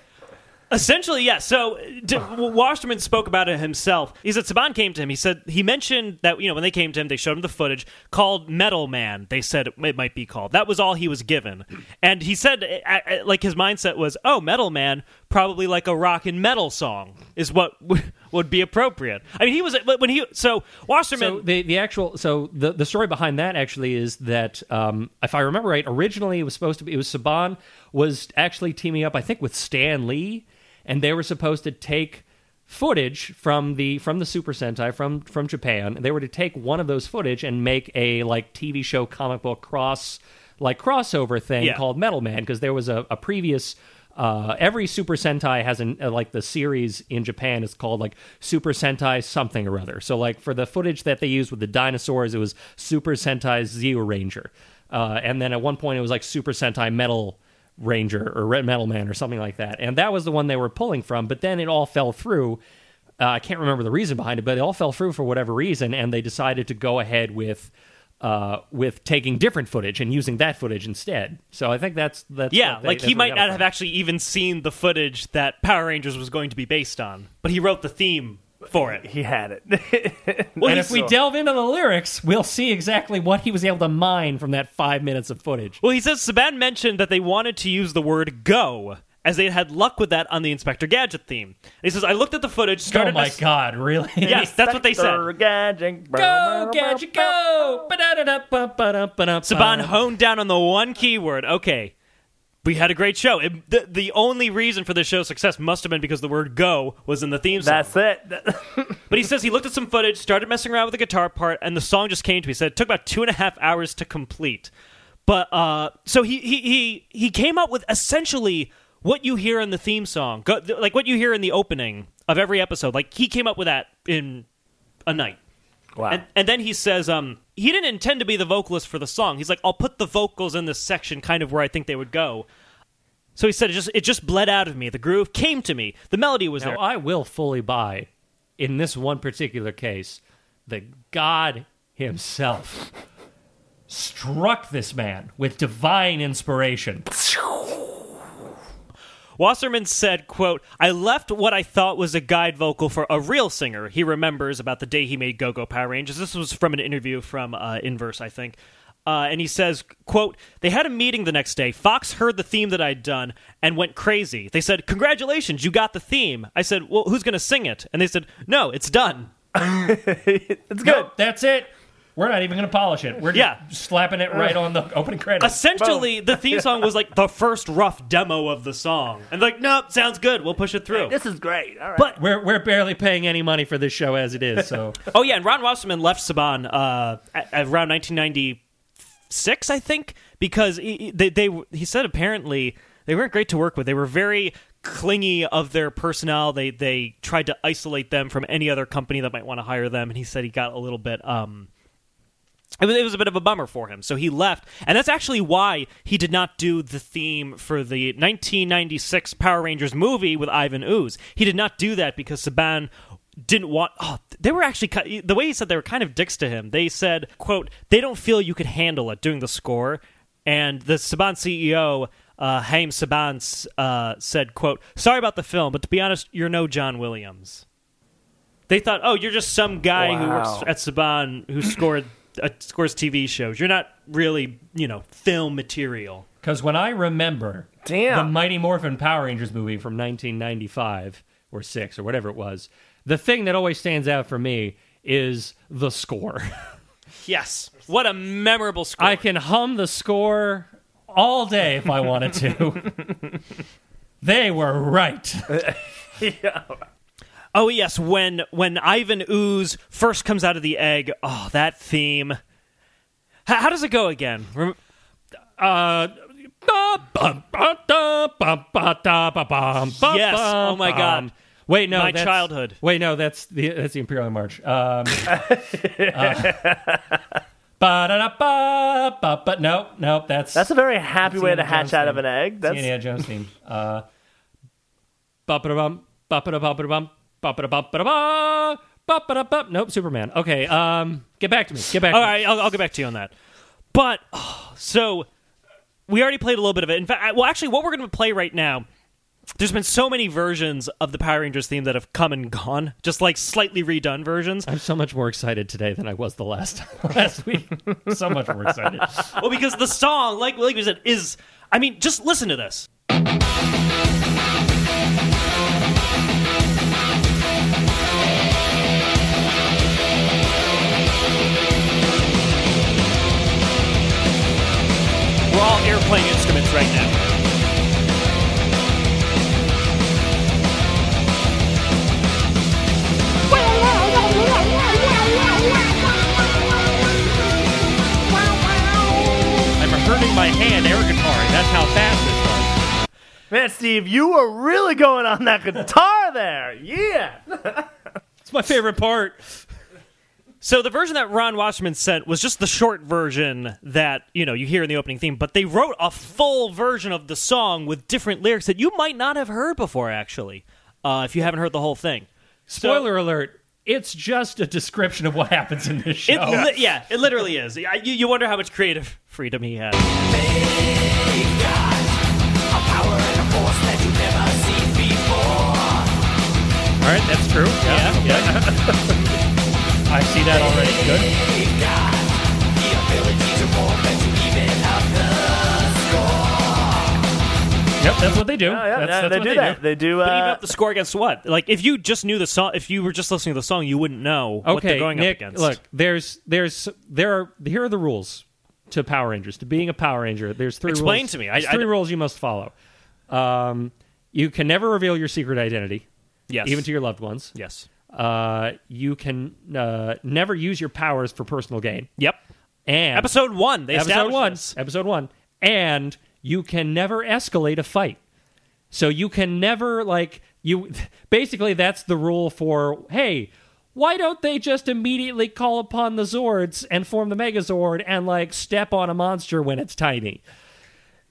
Speaker 4: Essentially, yeah. So d-
Speaker 3: Ah.
Speaker 4: Wasserman spoke about it himself. He said Saban came to him. He said he mentioned that you know when they came to him, they showed him the footage called Metal Man. They said it might be called. That was all he was given, and he said eh, eh, eh, like his mindset was, oh, Metal Man, probably like a rock and metal song is what w- would be appropriate. I mean, he was but when he so Wasserman.
Speaker 3: So the the actual so the the story behind that actually is that um, if I remember right, originally it was supposed to be it was Saban was actually teaming up I think with Stan Lee, and they were supposed to take footage from the from the Super Sentai from from Japan. They were to take one of those footage and make a like TV show comic book cross like crossover thing
Speaker 4: Yeah.
Speaker 3: called Metal Man because there was a, a previous. Uh, every Super Sentai has an uh, like the series in Japan is called like Super Sentai something or other. So like for the footage that they used with the dinosaurs, it was Super Sentai Zeo Ranger, uh, and then at one point it was like Super Sentai Metal Ranger or Red Metal Man or something like that. And that was the one they were pulling from. But then it all fell through. Uh, I can't remember the reason behind it, but it all fell through for whatever reason, and they decided to go ahead with uh, with taking different footage and using that footage instead. So I think that's that's
Speaker 4: Yeah,
Speaker 3: what they-
Speaker 4: like
Speaker 3: that's
Speaker 4: he
Speaker 3: where we
Speaker 4: might
Speaker 3: got it
Speaker 4: not have
Speaker 3: from.
Speaker 4: actually even seen the footage that Power Rangers was going to be based on, but he wrote the theme for it.
Speaker 2: He had it.
Speaker 3: And if we delve into the lyrics, we'll see exactly what he was able to mine from that five minutes of footage.
Speaker 4: Well, he says Saban mentioned that they wanted to use the word go as they had had luck with that on the Inspector Gadget theme. He says, I looked at the footage, started
Speaker 3: oh my
Speaker 4: as-
Speaker 3: god, really?
Speaker 4: Yes, that's what they said.
Speaker 2: Dr. Gadget.
Speaker 3: go, gadget, go! Saban
Speaker 4: Saban honed down on the one keyword. Okay, we had a great show. It, the, the only reason for the show's success must have been because the word go was in the theme song.
Speaker 2: That's it.
Speaker 4: But he says he looked at some footage, started messing around with the guitar part, and the song just came to me. He said it took about two and a half hours to complete. But uh, so he, he he he came up with essentially what you hear in the theme song, go, th- like what you hear in the opening of every episode. Like he came up with that in a night.
Speaker 2: Wow.
Speaker 4: And, and then he says, um, he didn't intend to be the vocalist for the song. He's like, I'll put the vocals in this section, kind of where I think they would go. So he said, it just it just bled out of me. The groove came to me. The melody was there.
Speaker 3: Now, I will fully buy, in this one particular case, the God Himself struck this man with divine inspiration.
Speaker 4: Wasserman said, quote, I left what I thought was a guide vocal for a real singer. He remembers about the day he made Go-Go Power Rangers. This was from an interview from uh, Inverse, I think. Uh, and he says, quote, they had a meeting the next day. Fox heard the theme that I'd done and went crazy. They said, congratulations, you got the theme. I said, well, who's going to sing it? And they said, no, it's done.
Speaker 2: It's good.
Speaker 3: That's it. We're not even going to polish it. We're just
Speaker 4: Yeah.
Speaker 3: slapping it right on the opening credits.
Speaker 4: Essentially, the theme song was like the first rough demo of the song. And like, nope, sounds good. We'll push it through.
Speaker 2: This is great. All right.
Speaker 4: But
Speaker 3: We're, we're barely paying any money for this show as it is, so
Speaker 4: Oh yeah, and Ron Wasserman left Saban uh, at, at around 1996, I think, because he, he- they, they he said apparently they weren't great to work with. They were very clingy of their personnel. They they tried to isolate them from any other company that might want to hire them, and he said he got a little bit. Um, it was, it was a bit of a bummer for him, so he left, and that's actually why he did not do the theme for the 1996 Power Rangers movie with Ivan Ooze. He did not do that because Saban didn't want. Oh, they were actually ki- the way he said they were kind of dicks to him. They said, "quote They don't feel you could handle it doing the score," and the Saban CEO. Uh, Haim Saban s- uh, said, "quote Sorry about the film, but to be honest, you're no John Williams." They thought, "Oh, you're just some guy who
Speaker 2: Wow.
Speaker 4: works at Saban who scored uh, scores TV shows. You're not really, you know, film material."
Speaker 3: Because when I remember
Speaker 2: Damn.
Speaker 3: the Mighty Morphin Power Rangers movie from 1995 or six or whatever it was, the thing that always stands out for me is the score.
Speaker 4: Yes, what a memorable score!
Speaker 3: I can hum the score all day if I wanted to. they were right.
Speaker 4: oh yes, when when Ivan Ooze first comes out of the egg, oh that theme. H- how does it go again? Rem-
Speaker 3: yes.
Speaker 4: oh my God.
Speaker 3: Wait, no,
Speaker 4: My
Speaker 3: that's-
Speaker 4: childhood.
Speaker 3: Wait, no, that's the that's the Imperial March. Um, uh, ba but no, no, that's
Speaker 2: That's a very happy way to
Speaker 3: Indiana
Speaker 2: hatch
Speaker 3: Jones
Speaker 2: out of
Speaker 3: thing.
Speaker 2: an egg.
Speaker 3: That's
Speaker 2: That's
Speaker 3: Indiana Jones theme. Uh, ba-ba-da-bum, ba-ba-da-ba-ba-da-bum, ba ba ba ba ba ba ba ba. Nope, Superman. Okay, um, get back to me. Get back.
Speaker 4: All
Speaker 3: to
Speaker 4: right, I'll, I'll get back to you on that. But oh, so we already played a little bit of it. In fact, I- well, actually, what we're going to play right now. There's been so many versions of the Power Rangers theme that have come and gone, just like slightly redone versions.
Speaker 3: Me. I'm so much more excited today than I was the last time last week. so much more excited.
Speaker 4: well, because the song, like like we said, is I mean, just listen to this. We're all air playing instruments right now. I'm hurting my hand air guitaring. That's how fast it's going.
Speaker 2: Man, Steve, you were really going on that guitar there. Yeah.
Speaker 3: It's my favorite part.
Speaker 4: So the version that Ron Wasserman sent was just the short version that you know you hear in the opening theme, but they wrote a full version of the song with different lyrics that you might not have heard before, actually, uh, if you haven't heard the whole thing. So-
Speaker 3: Spoiler alert. It's just a description of what happens in this show.
Speaker 4: It li- yeah, it literally is. I- You, you wonder how much creative freedom he had.
Speaker 3: All right, that's true. Yeah, yeah. I see that already. Good. Yep, that's what they do.
Speaker 2: Oh, yeah,
Speaker 3: that's,
Speaker 2: yeah,
Speaker 3: that's
Speaker 2: they
Speaker 3: what
Speaker 2: do
Speaker 3: they
Speaker 2: that.
Speaker 3: do.
Speaker 2: They do. Uh,
Speaker 4: But even up the score against what? Like if you just knew the song, if you were just listening to the song, you wouldn't know what they're
Speaker 3: Okay,
Speaker 4: going
Speaker 3: Nick.
Speaker 4: up against.
Speaker 3: Look, there's, there's, there are. Here are the rules to Power Rangers. To being a Power Ranger, there's three.
Speaker 4: Explain
Speaker 3: rules.
Speaker 4: to me. I-
Speaker 3: There's
Speaker 4: I-
Speaker 3: three rules you must follow. Um, you can never reveal your secret identity,
Speaker 4: yes,
Speaker 3: even to your loved ones.
Speaker 4: yes,
Speaker 3: Uh, you can uh, never use your powers for personal gain.
Speaker 4: yep.
Speaker 3: And
Speaker 4: Episode one, they
Speaker 3: episode
Speaker 4: established
Speaker 3: one,
Speaker 4: this.
Speaker 3: episode one, and you can never escalate a fight. So you can never like you. Basically, that's the rule for hey, why don't they just immediately call upon the Zords and form the Megazord and like step on a monster when it's tiny?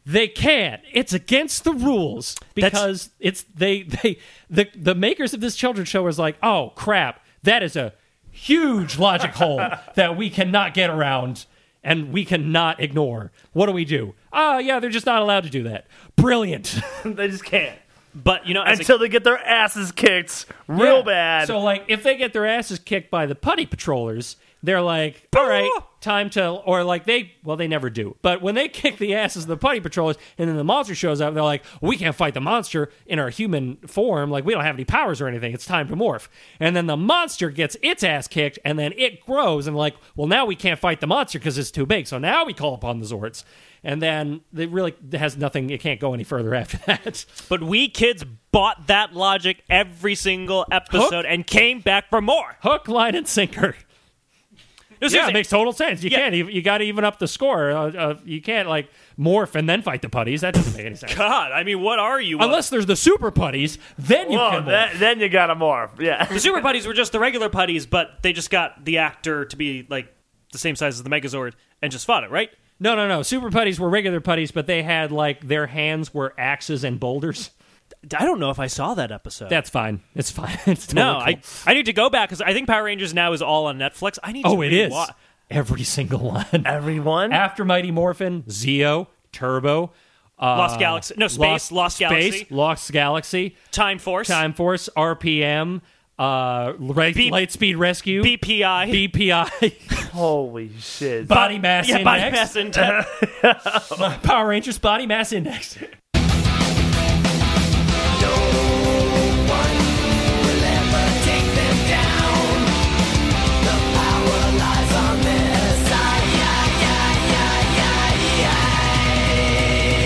Speaker 3: They can't. It's against the rules
Speaker 4: That's-
Speaker 3: because it's they they the the makers of this children's show is like, oh crap, that is a huge logic hole that we cannot get around and we cannot ignore. What do we do? Ah, yeah, they're just not allowed to do that. Brilliant.
Speaker 2: uh, they just can't
Speaker 4: But you know, as a-
Speaker 2: until they get their asses kicked real
Speaker 3: Yeah.
Speaker 2: bad.
Speaker 3: So like, if they get their asses kicked by the putty patrollers, they're like, all right, time to or like they well they never do, but when they kick the asses of the putty patrollers, and then the monster shows up, they're like, we can't fight the monster in our human form, like we don't have any powers or anything. It's time to morph, and then the monster gets its ass kicked, and then it grows, and like, well now we can't fight the monster because it's too big, so now we call upon the Zords. And then it really has nothing. It can't go any further after that.
Speaker 4: But we kids bought that logic every single episode and came back for more.
Speaker 3: Hook, line, and sinker.
Speaker 4: No,
Speaker 3: Yeah,
Speaker 4: seriously.
Speaker 3: it makes total sense. You
Speaker 4: Yeah.
Speaker 3: can't. even- You got to even up the score. Uh, uh, you can't like morph and then fight the putties. That doesn't make any sense.
Speaker 4: God, I mean, what are you?
Speaker 3: Unless there's the super putties, then you
Speaker 2: Whoa,
Speaker 3: can.
Speaker 2: that-
Speaker 3: morph.
Speaker 2: then you got to morph. Yeah.
Speaker 4: the super putties were just the regular putties, but they just got the actor to be like the same size as the Megazord and just fought it, right?
Speaker 3: No, no, no. Super putties were regular putties, but they had like their hands were axes and boulders.
Speaker 4: I don't know if I saw that episode.
Speaker 3: That's fine. It's fine. It's totally
Speaker 4: no,
Speaker 3: cool.
Speaker 4: I I need to go back because I think Power Rangers now is all on Netflix. I need.
Speaker 3: Oh,
Speaker 4: to
Speaker 3: it is
Speaker 4: rewa-
Speaker 3: every single one.
Speaker 2: Everyone.
Speaker 3: After Mighty Morphin, Zeo, Turbo, uh,
Speaker 4: Lost Galaxy. No, Space, Lost
Speaker 3: Space,
Speaker 4: Galaxy.
Speaker 3: Lost Galaxy,
Speaker 4: Time Force.
Speaker 3: Time Force, RPM, uh, Light,
Speaker 4: B-
Speaker 3: Lightspeed Rescue,
Speaker 4: BPI.
Speaker 3: BPI,
Speaker 2: Holy shit.
Speaker 3: Body Mass
Speaker 4: yeah,
Speaker 3: Index,
Speaker 4: Body Mass Index.
Speaker 3: Power Rangers Body Mass Index.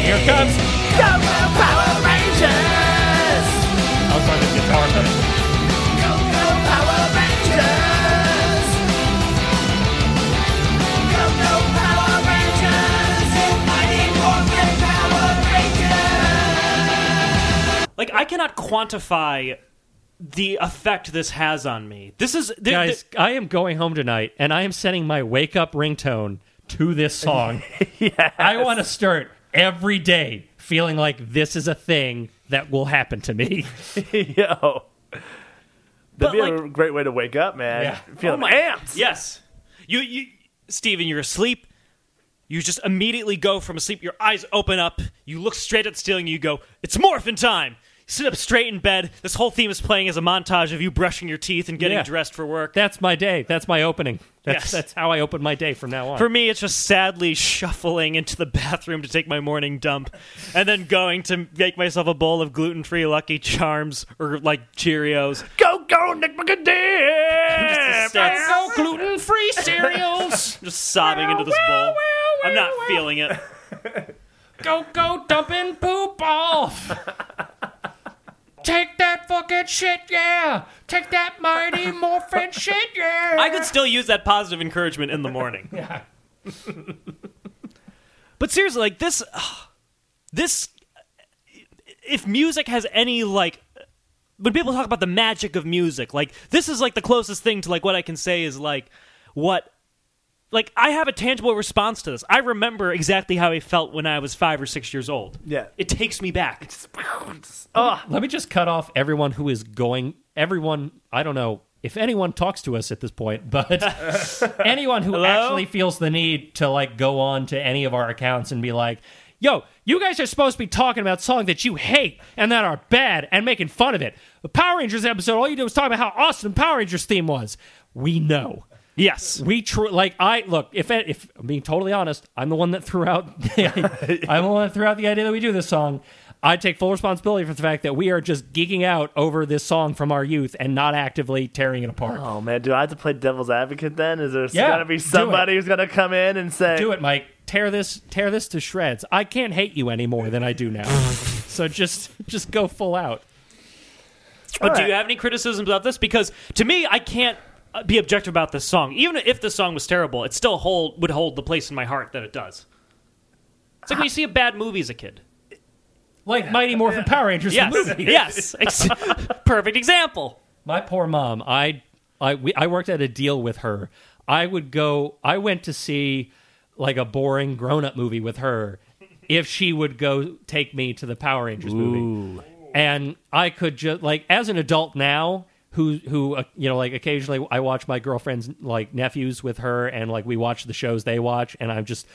Speaker 3: Here it comes. I'll try the guitar first.
Speaker 4: like I cannot quantify the effect this has on me. This is there,
Speaker 3: Guys, I am going home tonight, and I am sending my wake up ringtone to this song. I want to start every day feeling like this is a thing that will happen to me.
Speaker 2: Yo. That'd
Speaker 4: But,
Speaker 2: be a
Speaker 4: like-
Speaker 2: great way to wake up, man.
Speaker 3: Yeah. Oh
Speaker 2: Feeling amped.
Speaker 4: Yes. You, you, Steven, you're asleep. You just immediately go from asleep. Your eyes open up. You look straight at the ceiling. You go, it's morphin' time. You sit up straight in bed. This whole theme is playing as a montage of you brushing your teeth and getting
Speaker 3: Yeah.
Speaker 4: dressed for work.
Speaker 3: That's my day. That's my opening. That's
Speaker 4: Yes.
Speaker 3: that's how I open my day from now on.
Speaker 4: for me, it's just sadly shuffling into the bathroom to take my morning dump and then going to make myself a bowl of gluten free Lucky Charms or like Cheerios.
Speaker 2: Go, go, Nick McAdee!
Speaker 4: Just the stats.
Speaker 3: no gluten free cereals.
Speaker 4: Just sobbing into this bowl. I'm not feeling it.
Speaker 3: go go dumping poop off. Take that fucking shit, yeah. Take that mighty morphin shit, yeah.
Speaker 4: I could still use that positive encouragement in the morning. Yeah. but seriously, like this, this, if music has any like, when people talk about the magic of music, like this is like the closest thing to like what I can say is like what. Like I have a tangible response to this. I remember exactly how I felt when I was five or six years old.
Speaker 2: Yeah.
Speaker 4: it takes me back.
Speaker 3: Let me just cut off everyone who is going. Everyone, I don't know if anyone talks to us at this point, but anyone who actually feels the need to like go on to any of our accounts and be like, "Yo, you guys are supposed to be talking about songs that you hate and that are bad and making fun of it." The Power Rangers episode, all you did was talk about how awesome the Power Rangers theme was. We know.
Speaker 4: Yes,
Speaker 3: We tr- like I look if if I'm being totally honest, I'm the one that threw out I'm the one that threw out the idea that we do this song. I take full responsibility for the fact that we are just geeking out over this song from our youth and not actively tearing it apart.
Speaker 2: Oh man, do I have to play devil's advocate then? Is there
Speaker 3: Yeah,
Speaker 2: gotta
Speaker 3: do
Speaker 2: be
Speaker 3: it.
Speaker 2: somebody who's gonna come in and say,
Speaker 3: Do it, Mike. Tear this tear this to shreds. I can't hate you any more than I do now. so just just go full out.
Speaker 4: But do
Speaker 2: right.
Speaker 4: you have any criticisms about this? Because to me, I can't uh, be objective about this song. Even if the song was terrible, it still hold would hold the place in my heart that it does. It's like when you see a bad movie as a kid.
Speaker 3: Like Mighty Morphin Power Rangers the
Speaker 4: Yes,
Speaker 3: movie.
Speaker 4: yes, Ex- perfect example.
Speaker 3: My poor mom. I I we, I worked at a deal with her. I would go. I went to see like a boring grown up movie with her if she would go take me to the Power Rangers movie. And I could just like as an adult now who who uh, you know like occasionally I watch my girlfriend's like nephews with her and like we watch the shows they watch and I'm just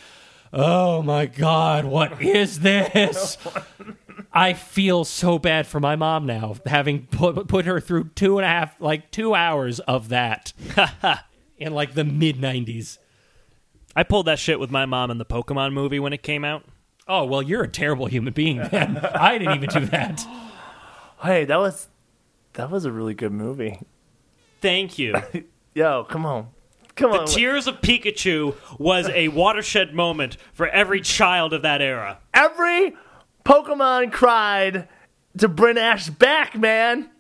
Speaker 3: oh my god what is this I feel so bad for my mom now, having put put her through two and a half, like two hours of that in like the mid '90s.
Speaker 4: I pulled that shit with my mom in the Pokemon movie when it came out.
Speaker 3: Oh well, you're a terrible human being, man. I didn't even do that.
Speaker 2: "Hey, that was that was a really good movie."
Speaker 4: Thank you.
Speaker 2: Yo, come on, come
Speaker 4: The
Speaker 2: on.
Speaker 4: Tears of Pikachu was a watershed moment for every child of that era.
Speaker 2: Every Pokemon cried to Bryn Ash back, man.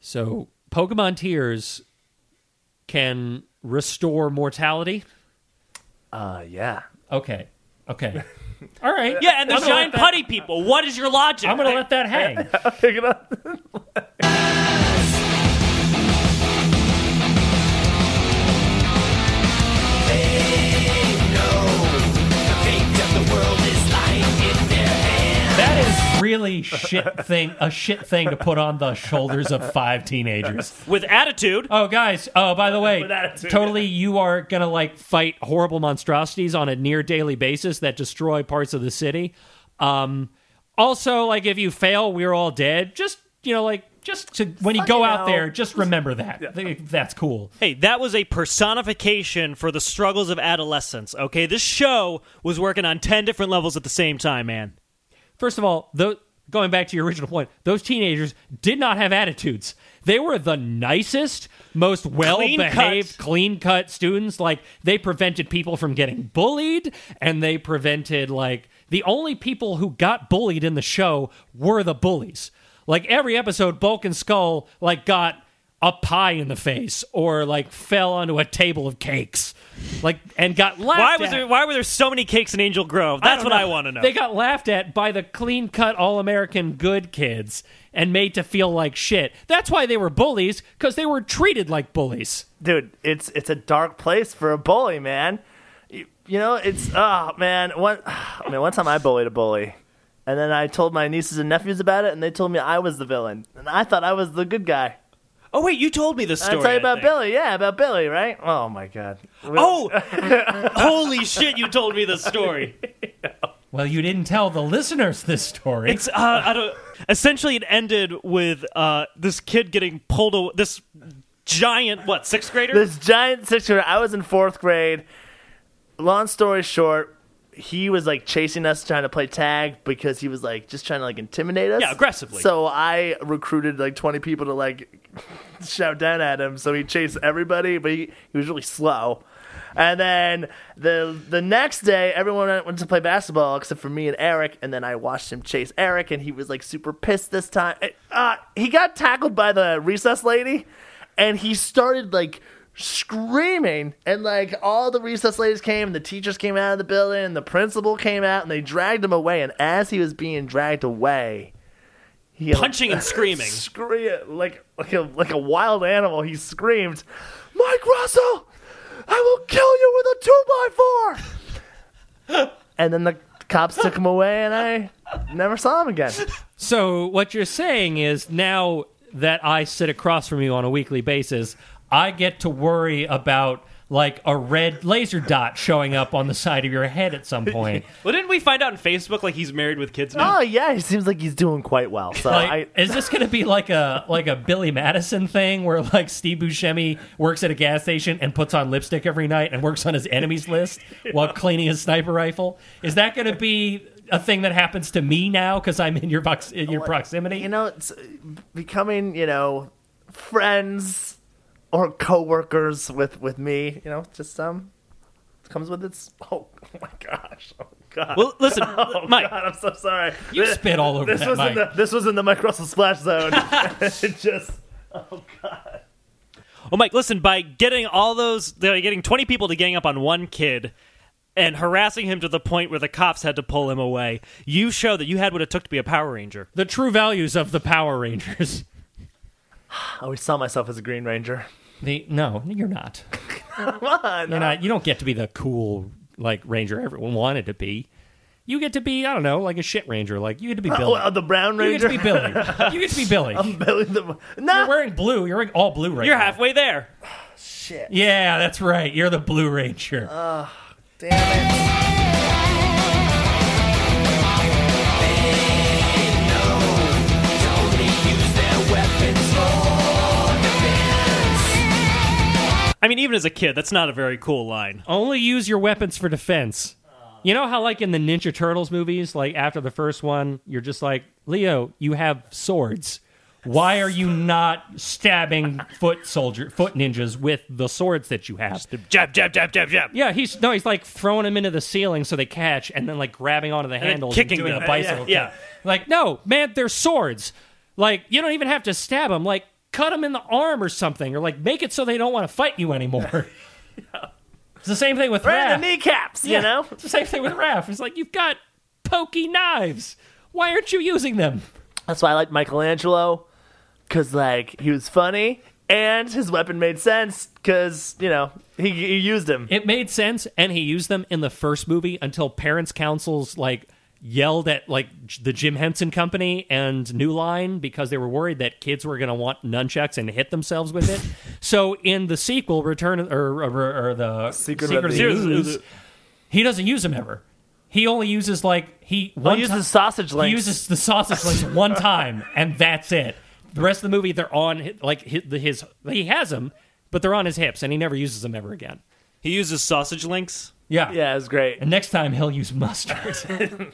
Speaker 3: So Pokemon Tears can restore mortality.
Speaker 2: Uh, yeah.
Speaker 3: Okay, okay, all right.
Speaker 4: Yeah, and the
Speaker 3: I'm gonna
Speaker 4: giant
Speaker 3: let that-
Speaker 4: putty people. What is your logic?
Speaker 3: I'm gonna let that hang.
Speaker 2: Pick it up.
Speaker 3: That is really shit thing. A shit thing to put on the shoulders of five teenagers.
Speaker 4: with attitude.
Speaker 3: Oh, guys. Oh, by the way,
Speaker 2: With attitude.
Speaker 3: totally, you are going to like fight horrible monstrosities on a near daily basis that destroy parts of the city. Um, also, like, if you fail, we're all dead. Just, you know, like, just to, when you go out there, just remember that. Th- That's cool.
Speaker 4: Hey, that was a personification for the struggles of adolescence, okay? This show was working on 10 different levels at the same time, man.
Speaker 3: First of all, though, going back to your original point, those teenagers did not have attitudes. They were the nicest, most well behaved, clean cut students. Like, they prevented people from getting bullied, and they prevented, like, the only people who got bullied in the show were the bullies. Like, every episode, Bulk and Skull, like, got a pie in the face or, like, fell onto a table of cakes, like, and got laughed
Speaker 4: Why was
Speaker 3: at.
Speaker 4: there why were there so many cakes in Angel Grove? That's what I want to know.
Speaker 3: They got laughed at by the clean cut all American good kids and made to feel like shit. That's why they were bullies, because they were treated like bullies.
Speaker 2: dude, it's it's a dark place for a bully, man. You, you know, it's oh man, one I mean, one time I bullied a bully, and then I told my nieces and nephews about it, and they told me I was the villain, and I thought I was the good guy.
Speaker 4: Oh wait, you told me this
Speaker 2: I
Speaker 4: story.
Speaker 2: tell you about
Speaker 4: think.
Speaker 2: Billy. Yeah, about Billy, right? Oh my God.
Speaker 4: Oh, holy shit! You told me this story.
Speaker 3: Well, you didn't tell the listeners this story.
Speaker 4: It's uh, I don't. Essentially, it ended with uh, this kid getting pulled. Away, this giant, what sixth grader?
Speaker 2: this giant six shooter. I was in fourth grade. Long story short, he was like chasing us, trying to play tag because he was like just trying to like intimidate us.
Speaker 4: Yeah, aggressively.
Speaker 2: So I recruited like twenty people to like shout down at him. So he chased everybody, but he, he was really slow. And then the the next day, everyone went- went to play basketball except for me and Eric. And then I watched him chase Eric, and he was like super pissed this time. It- uh, he got tackled by the recess lady, and he started like screaming and like all the recess ladies came and the teachers came out of the building and the principal came out and they dragged him away and as he was being dragged away he like,
Speaker 4: punching and screaming.
Speaker 2: scream like like a, like a wild animal. He screamed, "Mike Russell, I will kill you with a two by four And then the cops took him away, and I never saw him again.
Speaker 3: So what you're saying is now that I sit across from you on a weekly basis, I get to worry about like a red laser dot showing up on the side of your head at some point.
Speaker 4: Well, didn't we find out on Facebook like he's married with kids now?
Speaker 2: Oh yeah, he seems like he's doing quite well. So
Speaker 3: Like,
Speaker 2: Uh, I.
Speaker 3: is this going to be like a like a Billy Madison thing where like Steve Buscemi works at a gas station and puts on lipstick every night and works on his enemies list while cleaning his sniper rifle? Is that going to be a thing that happens to me now because I'm in your box in your proximity?
Speaker 2: You know, it's becoming you know friends or coworkers with with me. You know, just um, comes with its. Oh, my gosh! Oh god!
Speaker 4: Well, listen,
Speaker 2: Oh
Speaker 4: Mike.
Speaker 2: God, I'm so sorry.
Speaker 3: you
Speaker 2: This-
Speaker 3: spit all over
Speaker 2: This
Speaker 3: that
Speaker 2: was
Speaker 3: mic.
Speaker 2: in the this was in the Mike Russell splash zone. it just
Speaker 4: Well, Mike, listen. By getting all those, they're getting twenty people to gang up on one kid and harassing him to the point where the cops had to pull him away. You show that you had what it took to be a Power Ranger.
Speaker 3: the true values of the Power Rangers.
Speaker 2: I always saw myself as a Green Ranger.
Speaker 3: The no, you're not.
Speaker 2: Come on,
Speaker 3: You're not. You don't get to be the cool like Ranger everyone wanted to be. You get to be I don't know like a shit Ranger. Like you get to be Billy.
Speaker 2: Oh, uh, the Brown
Speaker 3: you get
Speaker 2: Ranger.
Speaker 3: to be Billy. You get to be Billy.
Speaker 2: Billy the no.
Speaker 3: You're wearing blue. You're wearing all blue right
Speaker 4: You're
Speaker 3: now.
Speaker 4: halfway there.
Speaker 3: Yeah, that's right. You're the Blue Ranger.
Speaker 2: Damn it.
Speaker 4: I mean, even as a kid, that's not a very cool line. Oh,
Speaker 3: Only use your weapons for defense. You know how like in the Ninja Turtles movies, like after the first one, you're just like, "Leo, you have swords. Why are you not stabbing foot soldier foot ninjas with the swords that you have?"
Speaker 4: Jab, jab, jab, jab, jab.
Speaker 3: Yeah, he's no, he's like throwing them into the ceiling so they catch, and then like grabbing onto the
Speaker 4: then
Speaker 3: handles,
Speaker 4: kicking
Speaker 3: and doing
Speaker 4: them.
Speaker 3: the bicycle.
Speaker 4: Yeah, yeah.
Speaker 3: kick. like no, man, they're swords. Like you don't even have to stab them. Like cut them in the arm or something, or like make it so they don't want to fight you anymore. It's the same thing with
Speaker 2: Right in
Speaker 3: Raph.
Speaker 2: the kneecaps,
Speaker 3: Yeah,
Speaker 2: you know.
Speaker 3: it's the same thing with Raph. It's like you've got pokey knives. Why aren't you using them?
Speaker 2: That's why I like Michelangelo, cause like he was funny and his weapon made sense, cause you know he, he used him.
Speaker 3: It made sense, and he used them in the first movie until parents' councils like yelled at like J- the Jim Henson Company and New Line because they were worried that kids were going to want nunchucks and hit themselves with it. so in the sequel, Return of- or, or, or the
Speaker 2: Secret
Speaker 3: Secret,
Speaker 2: of
Speaker 3: of
Speaker 2: the
Speaker 3: the Ooze, he doesn't use them ever. He only uses like he one
Speaker 2: He used
Speaker 3: ti-
Speaker 2: his sausage
Speaker 3: he
Speaker 2: links.
Speaker 3: uses the sausage links one time, and that's it. The rest of the movie, they're on hi- like his, his he has them, but they're on his hips, and he never uses them ever again.
Speaker 4: He uses sausage links.
Speaker 3: Yeah,
Speaker 2: yeah, it was great.
Speaker 3: and next time he'll use mustard.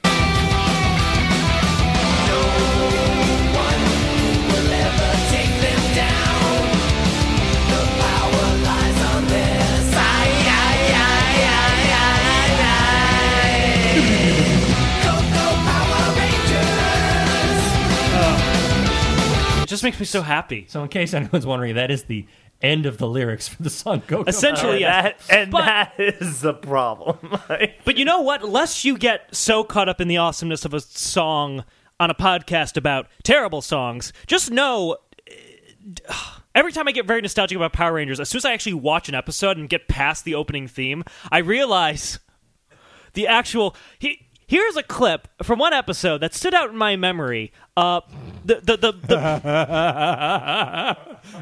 Speaker 4: It just makes me so happy.
Speaker 3: so in case anyone's wondering, that is the end of the lyrics for the song Coco.
Speaker 4: Essentially, yes.
Speaker 2: That, and
Speaker 4: But-
Speaker 2: that is the problem.
Speaker 4: But you know what? Lest you get so caught up in the awesomeness of a song on a podcast about terrible songs, just know. eh, Every time I get very nostalgic about Power Rangers, as soon as I actually watch an episode and get past the opening theme, I realize the actual he Here's a clip from one episode that stood out in my memory. Uh, the the the, the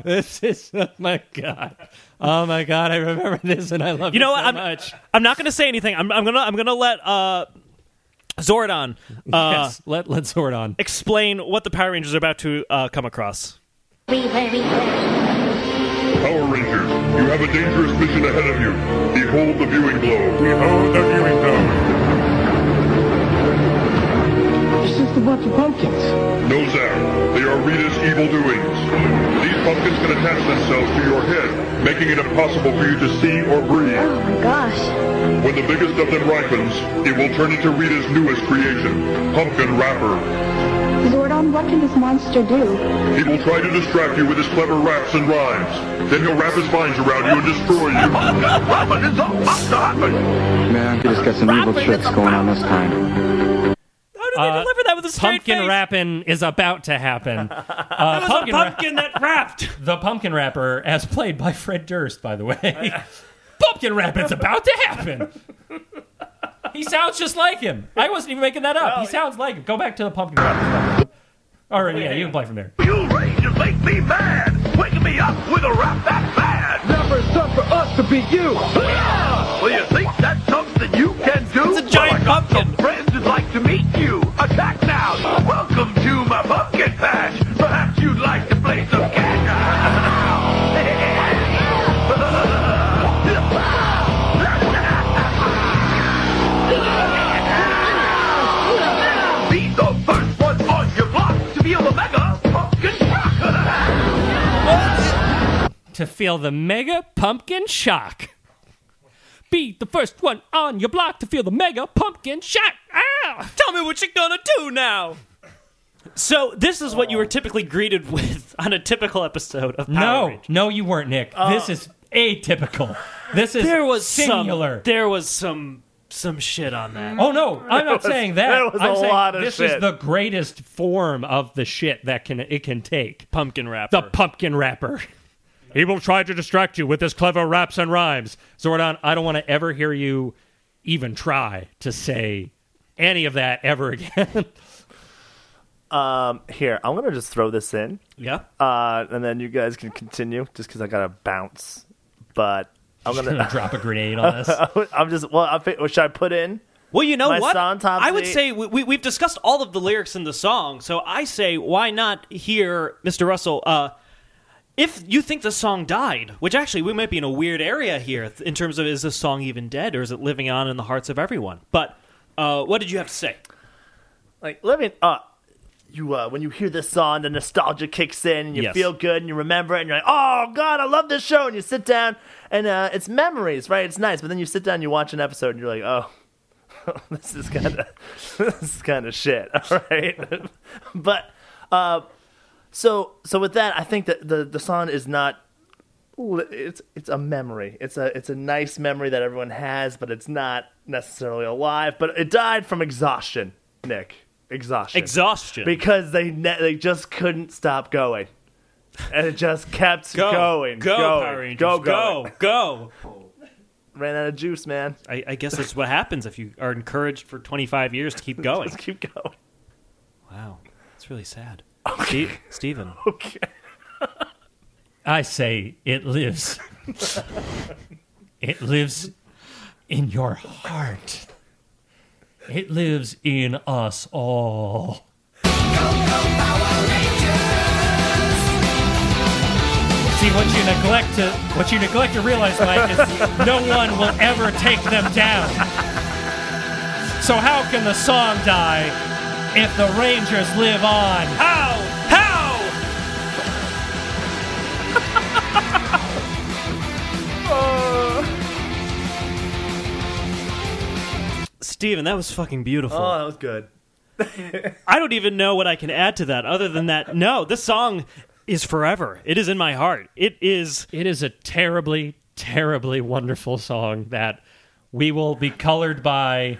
Speaker 3: this is oh my god. Oh my god, I remember this and I love
Speaker 4: you know
Speaker 3: it so
Speaker 4: what? I'm
Speaker 3: much.
Speaker 4: I'm not going to say anything. I'm, I'm gonna I'm gonna let uh, Zordon uh,
Speaker 3: yes, let let sword on.
Speaker 4: explain what the Power Rangers are about to uh, come across.
Speaker 5: Reaper, Reaper.
Speaker 6: Power Rangers, you have a dangerous mission ahead of you. Behold the viewing globe. Behold the viewing globe.
Speaker 8: This is the bunch of pumpkins.
Speaker 6: No sound. They are Rita's evil doings. These pumpkins can attach themselves to your head, making it impossible for you to see or breathe.
Speaker 8: Oh my gosh.
Speaker 6: When the biggest of them ripens, it will turn into Rita's newest creation, Pumpkin Wrapper.
Speaker 8: Zordon, what can this monster do?
Speaker 6: He will try to distract you with his clever raps and rhymes. Then he'll wrap his vines around you and destroy you.
Speaker 9: Man, you just got some evil tricks going on this time.
Speaker 4: How did they
Speaker 3: Uh,
Speaker 4: deliver that with a straight
Speaker 3: Pumpkin
Speaker 4: face?
Speaker 3: wrapping is about to happen. Uh,
Speaker 4: That was
Speaker 3: pumpkin
Speaker 4: a
Speaker 3: wra-
Speaker 4: pumpkin that wrapped.
Speaker 3: the pumpkin rapper, as played by Fred Durst, by the way. pumpkin rapping's about to happen. He sounds just like him. I wasn't even making that up. he sounds like him. Go back to the pumpkin rapper. stuff. All right, yeah, you can play from there.
Speaker 1: You Rangers make me mad. Wake me up with a rap that bad. Never it's up for us to be you. Well, you think that's something you can do?
Speaker 4: It's a giant
Speaker 1: Well, I got
Speaker 4: pumpkin.
Speaker 1: Some friends would like to meet you. Attack now. Welcome to my pumpkin patch. Perhaps you'd like to play some catch. Be the first one on your block to be a mega pumpkin rock.
Speaker 3: To feel the mega pumpkin shock. Be the first one on your block to feel the mega pumpkin shock. Ah!
Speaker 4: Tell me what you're gonna do now. So this is what you were typically greeted with on a typical episode of Power
Speaker 3: No,
Speaker 4: Rangers.
Speaker 3: no, you weren't, Nick. this is atypical. This is
Speaker 4: There was
Speaker 3: singular.
Speaker 4: some. There was some some shit on that.
Speaker 3: Oh no, I'm not saying that.
Speaker 2: there was
Speaker 3: I'm
Speaker 2: a
Speaker 3: saying
Speaker 2: lot of
Speaker 3: this
Speaker 2: shit.
Speaker 3: is the greatest form of the shit that can it can take.
Speaker 4: Pumpkin wrap.
Speaker 3: The pumpkin wrapper. He will try to distract you with his clever raps and rhymes. Zordon, I don't want to ever hear you even try to say any of that ever again.
Speaker 2: Um, here, I'm gonna just throw this in,
Speaker 4: yeah.
Speaker 2: uh, and then you guys can continue, just because I gotta bounce. But I'm
Speaker 3: Gonna
Speaker 2: gonna,
Speaker 3: drop a grenade on us.
Speaker 2: I'm just. Well, I'm, fi- well, should I put in?
Speaker 4: Well, you know
Speaker 2: My
Speaker 4: what?
Speaker 2: son, Tom
Speaker 4: I would
Speaker 2: Z-
Speaker 4: say we, we, we've discussed all of the lyrics in the song, so I say why not hear Mr. Russell? Uh, if you think the song died, which actually we might be in a weird area here th- in terms of is this song even dead or is it living on in the hearts of everyone? But uh, what did you have to say?
Speaker 2: like living uh you uh when you hear this song the nostalgia kicks in and you
Speaker 4: Yes.
Speaker 2: feel good and you remember it and you're like oh god i love this show and you sit down and uh it's memories right it's nice but then you sit down and you watch an episode and you're like oh this is kind of this is kind of shit all right but uh so so with that i think that the the song is not li- it's it's a memory. It's a it's a nice memory that everyone has, but it's not necessarily alive. But it died from exhaustion, Nick. Exhaustion.
Speaker 4: Exhaustion.
Speaker 2: Because they ne- they just couldn't stop going, and it just kept going,
Speaker 4: go,
Speaker 2: going,
Speaker 4: Power Rangers,
Speaker 2: go, going.
Speaker 4: go, go.
Speaker 2: Ran out of juice, man.
Speaker 4: I, I guess that's what happens if you are encouraged for 25 years to keep going.
Speaker 2: Just keep going.
Speaker 4: Wow, it's really sad. Ste- Steven.
Speaker 2: Okay.
Speaker 3: I say it lives. it lives in your heart. It lives in us all. See what you neglect to what you neglect to realize, Mike, is no one will ever take them down. So how can the song die if the Rangers live on?
Speaker 4: How? How? Steven, that was fucking beautiful.
Speaker 2: Oh, that was good.
Speaker 4: I don't even know what I can add to that other than that, no, this song is forever. It is in my heart. It is.
Speaker 3: It is a terribly, terribly wonderful song that we will be colored by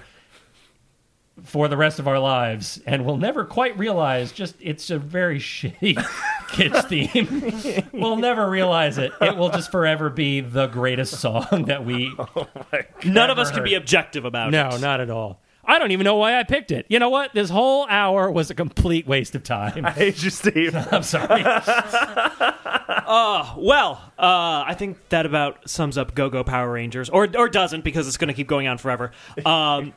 Speaker 3: for the rest of our lives and we'll never quite realize just it's a very shitty kids theme. we'll never realize it. It will just forever be the greatest song that we
Speaker 4: Oh None of us can be objective about
Speaker 3: No,
Speaker 4: it.
Speaker 3: not at all. I don't even know why I picked it. You know what? This whole hour was a complete waste of time.
Speaker 2: I hate you, Steve.
Speaker 3: I'm sorry.
Speaker 4: Well, uh, I think that about sums up Go Go Power Rangers, or or doesn't because it's going to keep going on forever. Um,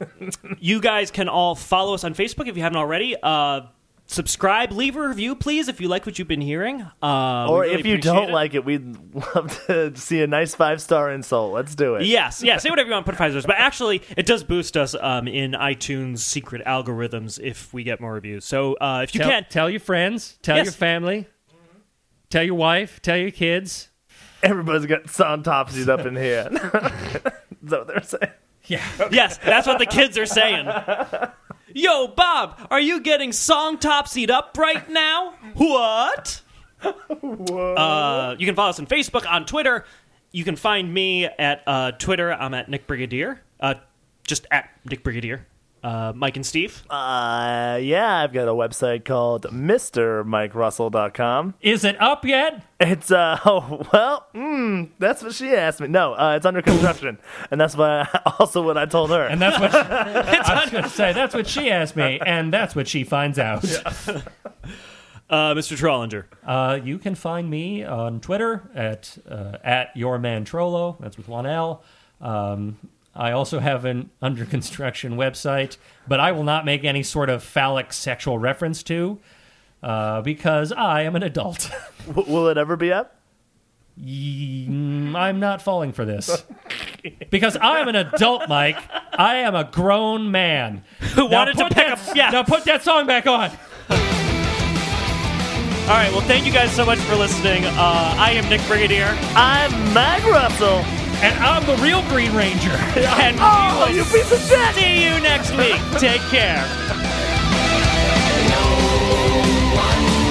Speaker 4: you guys can all follow us on Facebook if you haven't already. Uh, subscribe, leave a review, please, if you like what you've been hearing. Uh, we
Speaker 2: or
Speaker 4: really
Speaker 2: if you
Speaker 4: appreciate
Speaker 2: don't
Speaker 4: it.
Speaker 2: like it, we'd love to see a nice five star insult. Let's do it.
Speaker 4: Yes, yeah, say whatever you want, put five stars. But actually, it does boost us um, in iTunes secret algorithms if we get more reviews. So uh, if you
Speaker 3: tell,
Speaker 4: can,
Speaker 3: tell your friends, tell
Speaker 4: Yes.
Speaker 3: your family, tell your wife, tell your kids.
Speaker 2: Everybody's got sontopsies up in here. Is that what they're saying?
Speaker 4: yes, that's what the kids are saying. Yo, Bob, are you getting song topsied up right now? What? Uh, you can follow us on Facebook, on Twitter. You can find me at uh, Twitter. I'm at Nick Brigadier. Uh, just at Nick Brigadier. Uh, Mike and Steve.
Speaker 2: Uh, yeah, I've got a website called MrMikeRussell.com.
Speaker 3: Is it up yet?
Speaker 2: It's, uh, oh, well, mm, that's what she asked me. No, uh, it's under construction. and that's why also what I told her.
Speaker 3: And that's what she, I was going to say. That's what she asked me, and that's what she finds out.
Speaker 4: Uh, Mr. Trollinger.
Speaker 3: Uh, you can find me on Twitter at uh, at your man Trollo. That's with one L. Um, I also have an under construction website, but I will not make any sort of phallic sexual reference to uh, because I am an adult.
Speaker 2: W- will it ever be up?
Speaker 3: Mm, I'm not falling for this because I am an adult, Mike. I am a grown man
Speaker 4: Who wanted to
Speaker 3: put
Speaker 4: pick
Speaker 3: that,
Speaker 4: up- yeah.
Speaker 3: Now put that song back on.
Speaker 4: All right, well, thank you guys so much for listening. Uh, I am Nick Brigadier.
Speaker 2: I'm Mike Russell.
Speaker 3: And I'm the real Green Ranger.
Speaker 4: And
Speaker 2: Oh,
Speaker 4: we
Speaker 2: you
Speaker 4: will
Speaker 2: piece of shit!
Speaker 4: see you next week. Take care.
Speaker 5: No one